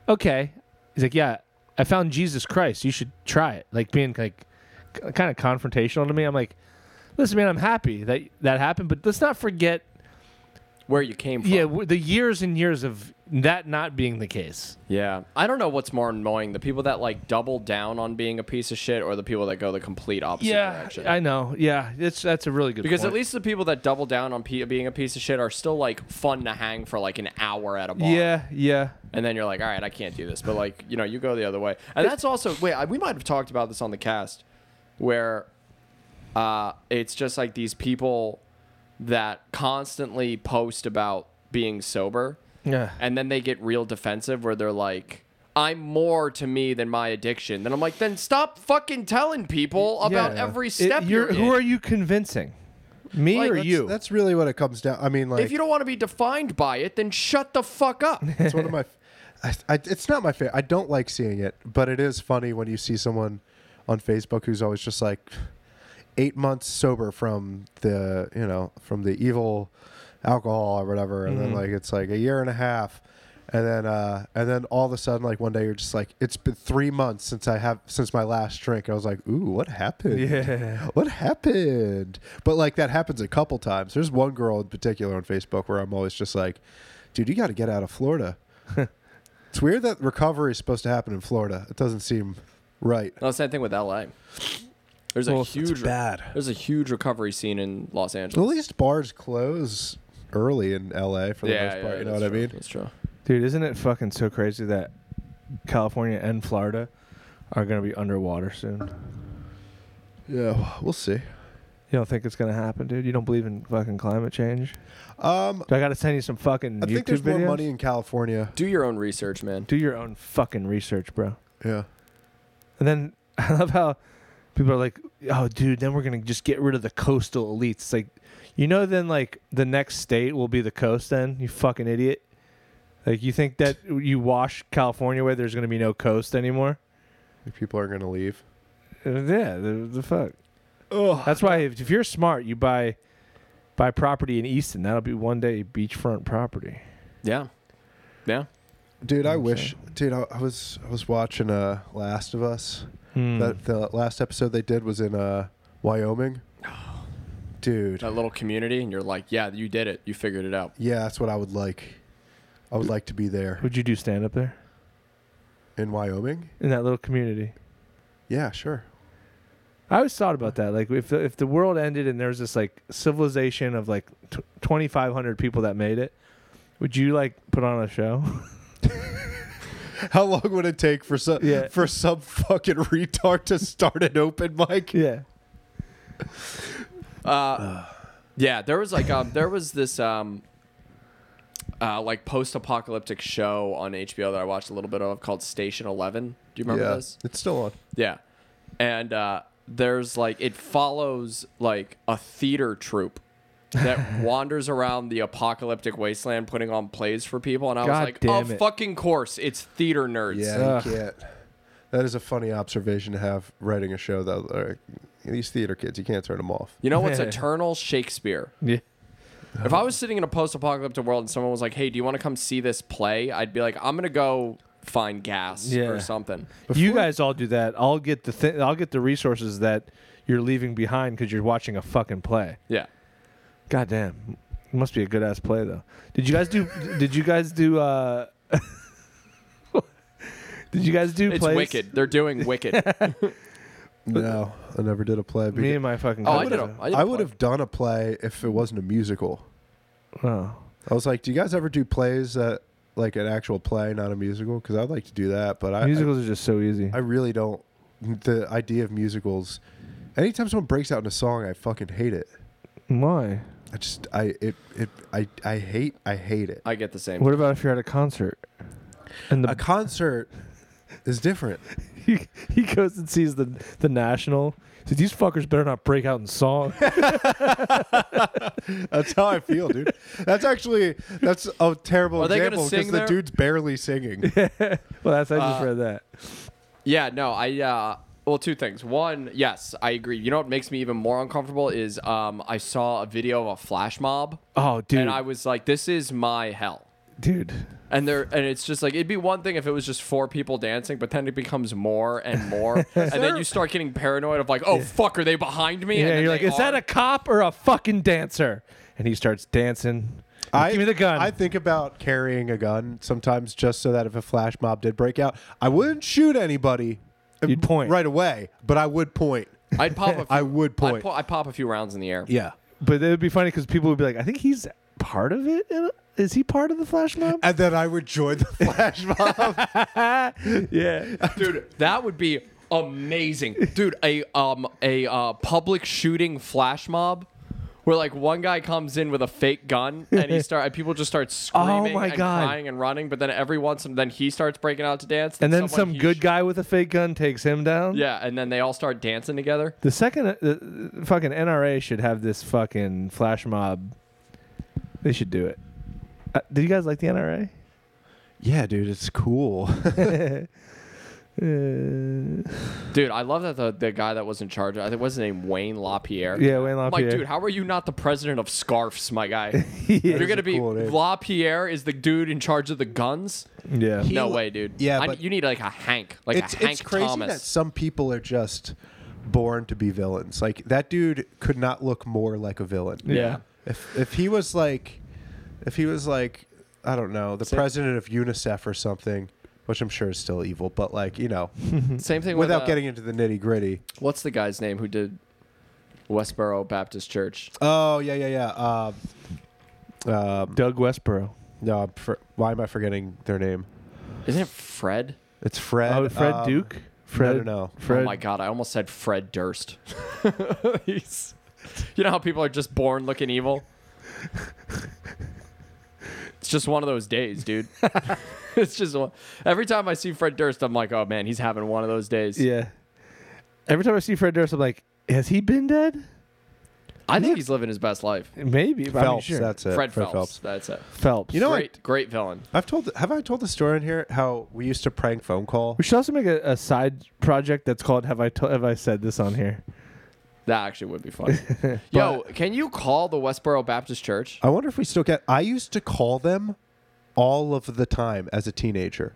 Speaker 2: okay. He's like, yeah, I found Jesus Christ. You should try it. Like being like kind of confrontational to me. I'm like, listen, man, I'm happy that that happened, but let's not forget
Speaker 1: Where you came from.
Speaker 2: yeah, w- the years and years of that not being the case.
Speaker 1: Yeah. I don't know what's more annoying, the people that like double down on being a piece of shit or the people that go the complete opposite direction.
Speaker 2: I know. Yeah, it's that's a really good
Speaker 1: because
Speaker 2: point.
Speaker 1: at least the people that double down on pe- being a piece of shit are still like fun to hang for like an hour at a bar.
Speaker 2: yeah, yeah,
Speaker 1: And then you're like, all right, I can't do this. But like, you know, you go the other way. And that's also, wait, I, we might have talked about this on the cast where uh, it's just like these people that constantly post about being sober
Speaker 2: yeah.
Speaker 1: and then they get real defensive where they're like i'm more to me than my addiction then i'm like then stop fucking telling people about
Speaker 2: Yeah.
Speaker 1: every
Speaker 2: It-
Speaker 1: step
Speaker 2: you're-
Speaker 1: you're,
Speaker 2: Who are
Speaker 1: in.
Speaker 2: you convincing? Me
Speaker 1: Like,
Speaker 2: or
Speaker 1: that's-
Speaker 2: you?
Speaker 3: That's really what it comes down. I mean, like
Speaker 1: if you don't want to be defined by it then shut the fuck up
Speaker 3: It's one of my. I, I, it's not my favorite. I don't like seeing it, but it is funny when you see someone on Facebook who's always just like eight months sober from the you know from the evil alcohol or whatever, and then like it's like a year and a half, and then uh, and then all of a sudden like one day you're just like it's been three months since I have since my last drink. I was like, ooh, what happened?
Speaker 2: yeah.
Speaker 3: what happened? But like that happens a couple times. There's one girl in particular on Facebook where I'm always just like, dude, you got to get out of Florida. it's weird that recovery is supposed to happen in Florida. It doesn't seem right.
Speaker 1: no same thing with la there's a
Speaker 2: Well, it's
Speaker 1: huge
Speaker 3: bad.
Speaker 1: there's a huge recovery scene in los
Speaker 3: At
Speaker 1: angeles
Speaker 3: least bars close early in LA for the most part. you know
Speaker 1: that's
Speaker 3: what I
Speaker 1: true,
Speaker 3: mean?
Speaker 1: that's true
Speaker 2: Dude, isn't it fucking so crazy that California and Florida are gonna be underwater soon?
Speaker 3: Yeah, we'll see.
Speaker 2: You don't think it's gonna happen, dude? You don't believe in fucking climate change?
Speaker 3: Um,
Speaker 2: Do I gotta send you some fucking
Speaker 3: I
Speaker 2: YouTube
Speaker 3: think there's
Speaker 2: videos?
Speaker 3: more money in California.
Speaker 1: do your own research man
Speaker 2: Do your own fucking research, bro.
Speaker 3: Yeah.
Speaker 2: And then I love how people are like, "Oh, dude, then we're gonna just get rid of the coastal elites." It's like, you know, then like the next state will be the coast. Then you fucking idiot. Like you think that you wash California away, there's gonna be no coast anymore?
Speaker 3: People aren't going to leave.
Speaker 2: Uh, Yeah, the, the fuck. That's why if, if you're smart, you buy buy property in Easton. That'll be one day beachfront property.
Speaker 1: yeah yeah
Speaker 3: Dude, I
Speaker 2: Okay.
Speaker 3: wish. Dude, I, I was I was watching uh, Last of Us.
Speaker 2: That-
Speaker 3: That the last episode they did was in uh, Wyoming. Dude,
Speaker 2: Oh.
Speaker 1: that little community and you're like yeah you did it you figured it out
Speaker 3: yeah, that's what I would like. I would like to be there
Speaker 2: Would you do stand up there
Speaker 3: in Wyoming.
Speaker 2: in that little community?
Speaker 3: Yeah, sure.
Speaker 2: I always thought about that. Like, if the, if the world ended and there was this like civilization of like t- twenty five hundred people that made it, would you like put on a show?
Speaker 3: How long would it take for some
Speaker 2: Yeah.
Speaker 3: for some fucking retard to start an open mic?
Speaker 2: yeah.
Speaker 1: Uh, yeah, there was like um, there was this um, uh, like post-apocalyptic show on HBO that I watched a little bit of called Station Eleven. Do you remember
Speaker 3: yeah,
Speaker 1: this?
Speaker 3: it's still on.
Speaker 1: Yeah, and uh, there's like it follows like a theater troupe that wanders around the apocalyptic wasteland putting on plays for people, and I
Speaker 2: God
Speaker 1: was like,
Speaker 2: damn
Speaker 1: oh
Speaker 2: it.
Speaker 1: fucking course, it's theater nerds.
Speaker 3: Yeah,
Speaker 2: Ugh.
Speaker 3: you can't. That is a funny observation to have writing a show though. Like, these theater kids, you can't turn them off.
Speaker 1: You know what's eternal? Shakespeare.
Speaker 2: Yeah.
Speaker 1: If I was sitting in a post-apocalyptic world and someone was like, "Hey, do you want to come see this play?" I'd be like, "I'm gonna go find gas
Speaker 2: Yeah.
Speaker 1: or something."
Speaker 2: you
Speaker 3: Before-
Speaker 2: guys all do that. I'll get the thi- I'll get the resources that you're leaving behind because you're watching a fucking play.
Speaker 1: Yeah.
Speaker 2: God damn, it must be a good ass play though. Did you guys do? did you guys do? uh Did you guys do
Speaker 1: It's
Speaker 2: plays?
Speaker 1: wicked. They're doing wicked. Oh,
Speaker 3: No, I never did a play.
Speaker 2: Me
Speaker 3: because-
Speaker 2: and my fucking.
Speaker 1: Oh, I
Speaker 2: cousin.
Speaker 1: did. A, I, did a
Speaker 3: I would
Speaker 1: play.
Speaker 3: have done a play if it wasn't a musical.
Speaker 2: Oh.
Speaker 3: I was like, "Do you guys ever do plays that like an actual play, not a musical? Because I'd like to do that, but I
Speaker 2: Musicals are just so easy.
Speaker 3: I, I really don't. The idea of musicals, anytime someone breaks out in a song, I fucking hate it.
Speaker 2: Why?
Speaker 3: I just I it it I I hate I hate it.
Speaker 1: I get the same.
Speaker 2: What about if you're at a concert? And
Speaker 3: A
Speaker 2: the
Speaker 3: concert is different.
Speaker 2: he, he goes and sees the the national. He says, These fuckers better not break out in song.
Speaker 3: That's how I feel, dude. That's actually that's a terrible
Speaker 1: Are they gonna
Speaker 3: example
Speaker 1: sing
Speaker 3: because the
Speaker 1: there?
Speaker 3: dude's barely singing.
Speaker 2: well, that's I just
Speaker 1: Uh,
Speaker 2: read that.
Speaker 1: Yeah, no, I uh well two things. One, yes, I agree. You know what makes me even more uncomfortable is um I saw a video of a flash mob
Speaker 2: Oh, dude,
Speaker 1: and I was like this is my hell.
Speaker 2: dude,
Speaker 1: And there and it's just like it'd be one thing if it was just four people dancing, but then it becomes more and more. and then you start getting paranoid of like, "Oh fuck, are they behind me?" And
Speaker 2: yeah.
Speaker 1: then
Speaker 2: You're like,
Speaker 1: they
Speaker 2: is that
Speaker 1: are."
Speaker 2: a cop or a fucking dancer? And he starts dancing.
Speaker 3: I,
Speaker 2: Give me the gun.
Speaker 3: I think about carrying a gun sometimes just so that if a flash mob did break out, I wouldn't shoot anybody um,
Speaker 2: You'd point.
Speaker 3: right away, but I would point.
Speaker 1: I'd pop a few,
Speaker 3: I would
Speaker 1: I'd,
Speaker 3: point.
Speaker 1: po- I'd pop a few rounds in the air.
Speaker 3: Yeah.
Speaker 2: but it would be funny because people would be like, I think he's part of it. Is he part of the flash mob?
Speaker 3: And then I would join the flash mob.
Speaker 2: yeah.
Speaker 1: Dude, that would be amazing. Dude, a um a uh, public shooting flash mob where like one guy comes in with a fake gun and he start and people just start screaming
Speaker 2: Oh my
Speaker 1: and
Speaker 2: God.
Speaker 1: crying and running, but then every once and then he starts breaking out to dance.
Speaker 2: And then
Speaker 1: someone
Speaker 2: some
Speaker 1: he
Speaker 2: good
Speaker 1: sh-
Speaker 2: guy with a fake gun takes him down.
Speaker 1: Yeah, and then they all start dancing together.
Speaker 2: The second uh, the fucking NRA should have this fucking flash mob. They should do it. Uh, do you guys like the NRA?
Speaker 3: yeah, dude, it's cool.
Speaker 2: Uh,
Speaker 1: Dude, I love that the, the guy that was in charge, I think was his name Wayne LaPierre.
Speaker 2: yeah, Wayne
Speaker 1: I'm
Speaker 2: LaPierre.
Speaker 1: like, dude, how are you not the president of Scarfs, my guy?
Speaker 2: yeah.
Speaker 1: You're gonna be
Speaker 3: cool name.
Speaker 1: LaPierre is the dude in charge of the guns.
Speaker 2: yeah.
Speaker 3: He-
Speaker 1: no way, dude.
Speaker 3: Yeah,
Speaker 1: I-
Speaker 3: but-
Speaker 1: you need like a Hank, like
Speaker 3: it's
Speaker 1: a Hank
Speaker 3: it's crazy
Speaker 1: Thomas.
Speaker 3: that some people are just born to be villains. Like that dude could not look more like a villain.
Speaker 2: yeah.
Speaker 3: If if he was like, if he was like, I don't know, the president of UNICEF or something, which I'm sure is still evil, but like you know,
Speaker 1: Same thing
Speaker 3: without
Speaker 1: with, uh,
Speaker 3: getting into the nitty gritty.
Speaker 1: What's the guy's name who did Westboro Baptist Church?
Speaker 3: Oh yeah yeah yeah. Uh, um,
Speaker 2: Doug Westboro.
Speaker 3: no, I'm for, why am I forgetting their name?
Speaker 1: Isn't it Fred?
Speaker 3: It's Fred.
Speaker 2: oh, Fred
Speaker 3: um,
Speaker 2: Duke.
Speaker 3: No,
Speaker 2: Fred.
Speaker 3: no, no.
Speaker 2: Fred.
Speaker 1: Oh my God, I almost said Fred Durst. He's- you know how people are just born looking evil. It's just one of those days, dude. it's just one. Every time I see Fred Durst, I'm like, oh man, he's having one of those days.
Speaker 2: Yeah. Every time I see Fred Durst, I'm like, has he been dead?
Speaker 1: I think he's living his best life.
Speaker 2: Maybe. but I mean,
Speaker 3: Phelps.
Speaker 2: sure.
Speaker 3: That's it.
Speaker 1: Fred, Phelps, That's it.
Speaker 2: Phelps.
Speaker 3: You know what?
Speaker 1: great, great villain.
Speaker 3: I've told. Have I told the story in here how we used to prank phone call?
Speaker 2: we should also make a, a side project that's called "Have I to- Have I Said This on Here?"
Speaker 1: That actually would be funny. Yo, can you call the Westboro Baptist Church?
Speaker 3: I wonder if we still get. I used to call them all of the time as a teenager,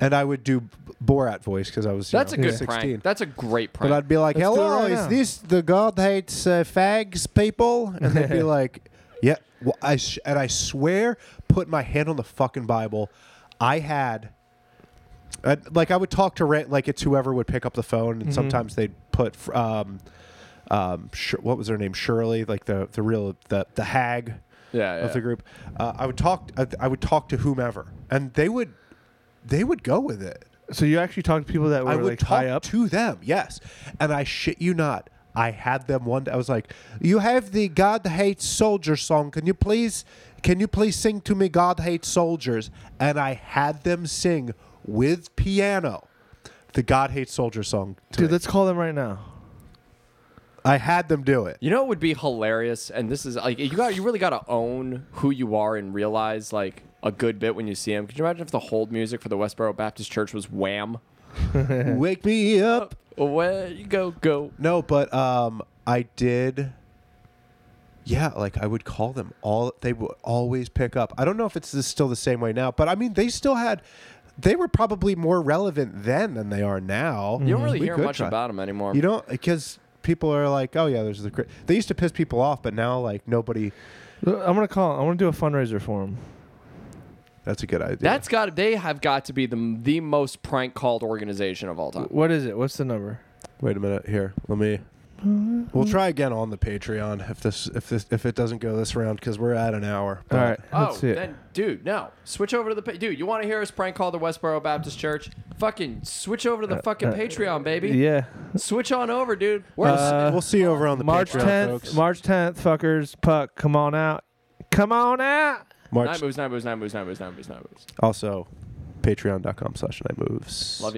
Speaker 3: and I would do Borat voice because I was you
Speaker 1: That's a
Speaker 3: know,
Speaker 1: good
Speaker 3: sixteen.
Speaker 1: prank. That's a great prank.
Speaker 3: But I'd be like,
Speaker 2: Let's do it
Speaker 3: "Hello,
Speaker 2: right
Speaker 3: is
Speaker 2: now."
Speaker 3: this the God hates uh, fags people?" And they'd be like, "Yeah." Well, I s and I swear, put my hand on the fucking Bible. I had, i like, I would talk to rent like it's whoever would pick up the phone,
Speaker 2: Mm-hmm.
Speaker 3: and sometimes they'd put, fr- um, um, Sh- what was her name, Shirley, like the the real the the hag
Speaker 1: yeah, yeah.
Speaker 3: of the group. Uh, I would talk, I, I would talk to whomever, and they would, they would go with it.
Speaker 2: So you actually talk to people that were
Speaker 3: I would
Speaker 2: like
Speaker 3: talk
Speaker 2: high up.
Speaker 3: to them, yes. And I shit you not, I had them one day. I was like, "You have the God hates soldiers song. Can you please, can you please sing to me God hates soldiers?" And I had them sing with piano the God hates soldiers song. To
Speaker 2: Dude,
Speaker 3: me.
Speaker 2: let's call them right now.
Speaker 3: I had them do it.
Speaker 1: You know, it would be hilarious, and this is like you got you really got to own who you are and realize like a good bit when you see him. Could you imagine if the hold music for the Westboro Baptist Church was Wham?
Speaker 3: Wake me up.
Speaker 1: Away you go, go.
Speaker 3: No, but um, I did. Yeah, like I would call them all. They would always pick up. I don't know if it's this still the same way now, but I mean, they still had. They were probably more relevant then than they are now.
Speaker 1: You don't really
Speaker 3: Mm-hmm. We
Speaker 1: hear
Speaker 3: could
Speaker 1: much
Speaker 3: try.
Speaker 1: about him anymore.
Speaker 3: You don't because people are like, oh yeah, there's the. cri-" They used to piss people off, but now like nobody.
Speaker 2: Uh, I'm gonna call. I want to do a fundraiser for him.
Speaker 3: That's a good idea.
Speaker 1: That's got they have got to be the the most prank called organization of all time.
Speaker 2: What is it? What's the number?
Speaker 3: Wait a minute here. Let me. We'll try again on the Patreon if this if this if it doesn't go this round because we're at an hour.
Speaker 2: All right,
Speaker 1: Oh,
Speaker 2: let's see it.
Speaker 1: then dude, no. Switch over to the pa- dude. You want to hear us prank call the Westboro Baptist Church? Fucking switch over to the fucking Patreon, baby.
Speaker 2: Uh, yeah,
Speaker 1: Switch on over, dude. Where's
Speaker 2: Uh,
Speaker 3: we'll see you over on the
Speaker 2: March
Speaker 3: Patreon,
Speaker 2: 10th,
Speaker 3: folks.
Speaker 2: March 10th, fuckers. Puck, come on out. Come on out.
Speaker 1: night
Speaker 3: March.
Speaker 1: moves? Night moves. Night moves. Night moves. Night moves. Night moves.
Speaker 3: Also, patreon.com slash night moves.
Speaker 1: Love you.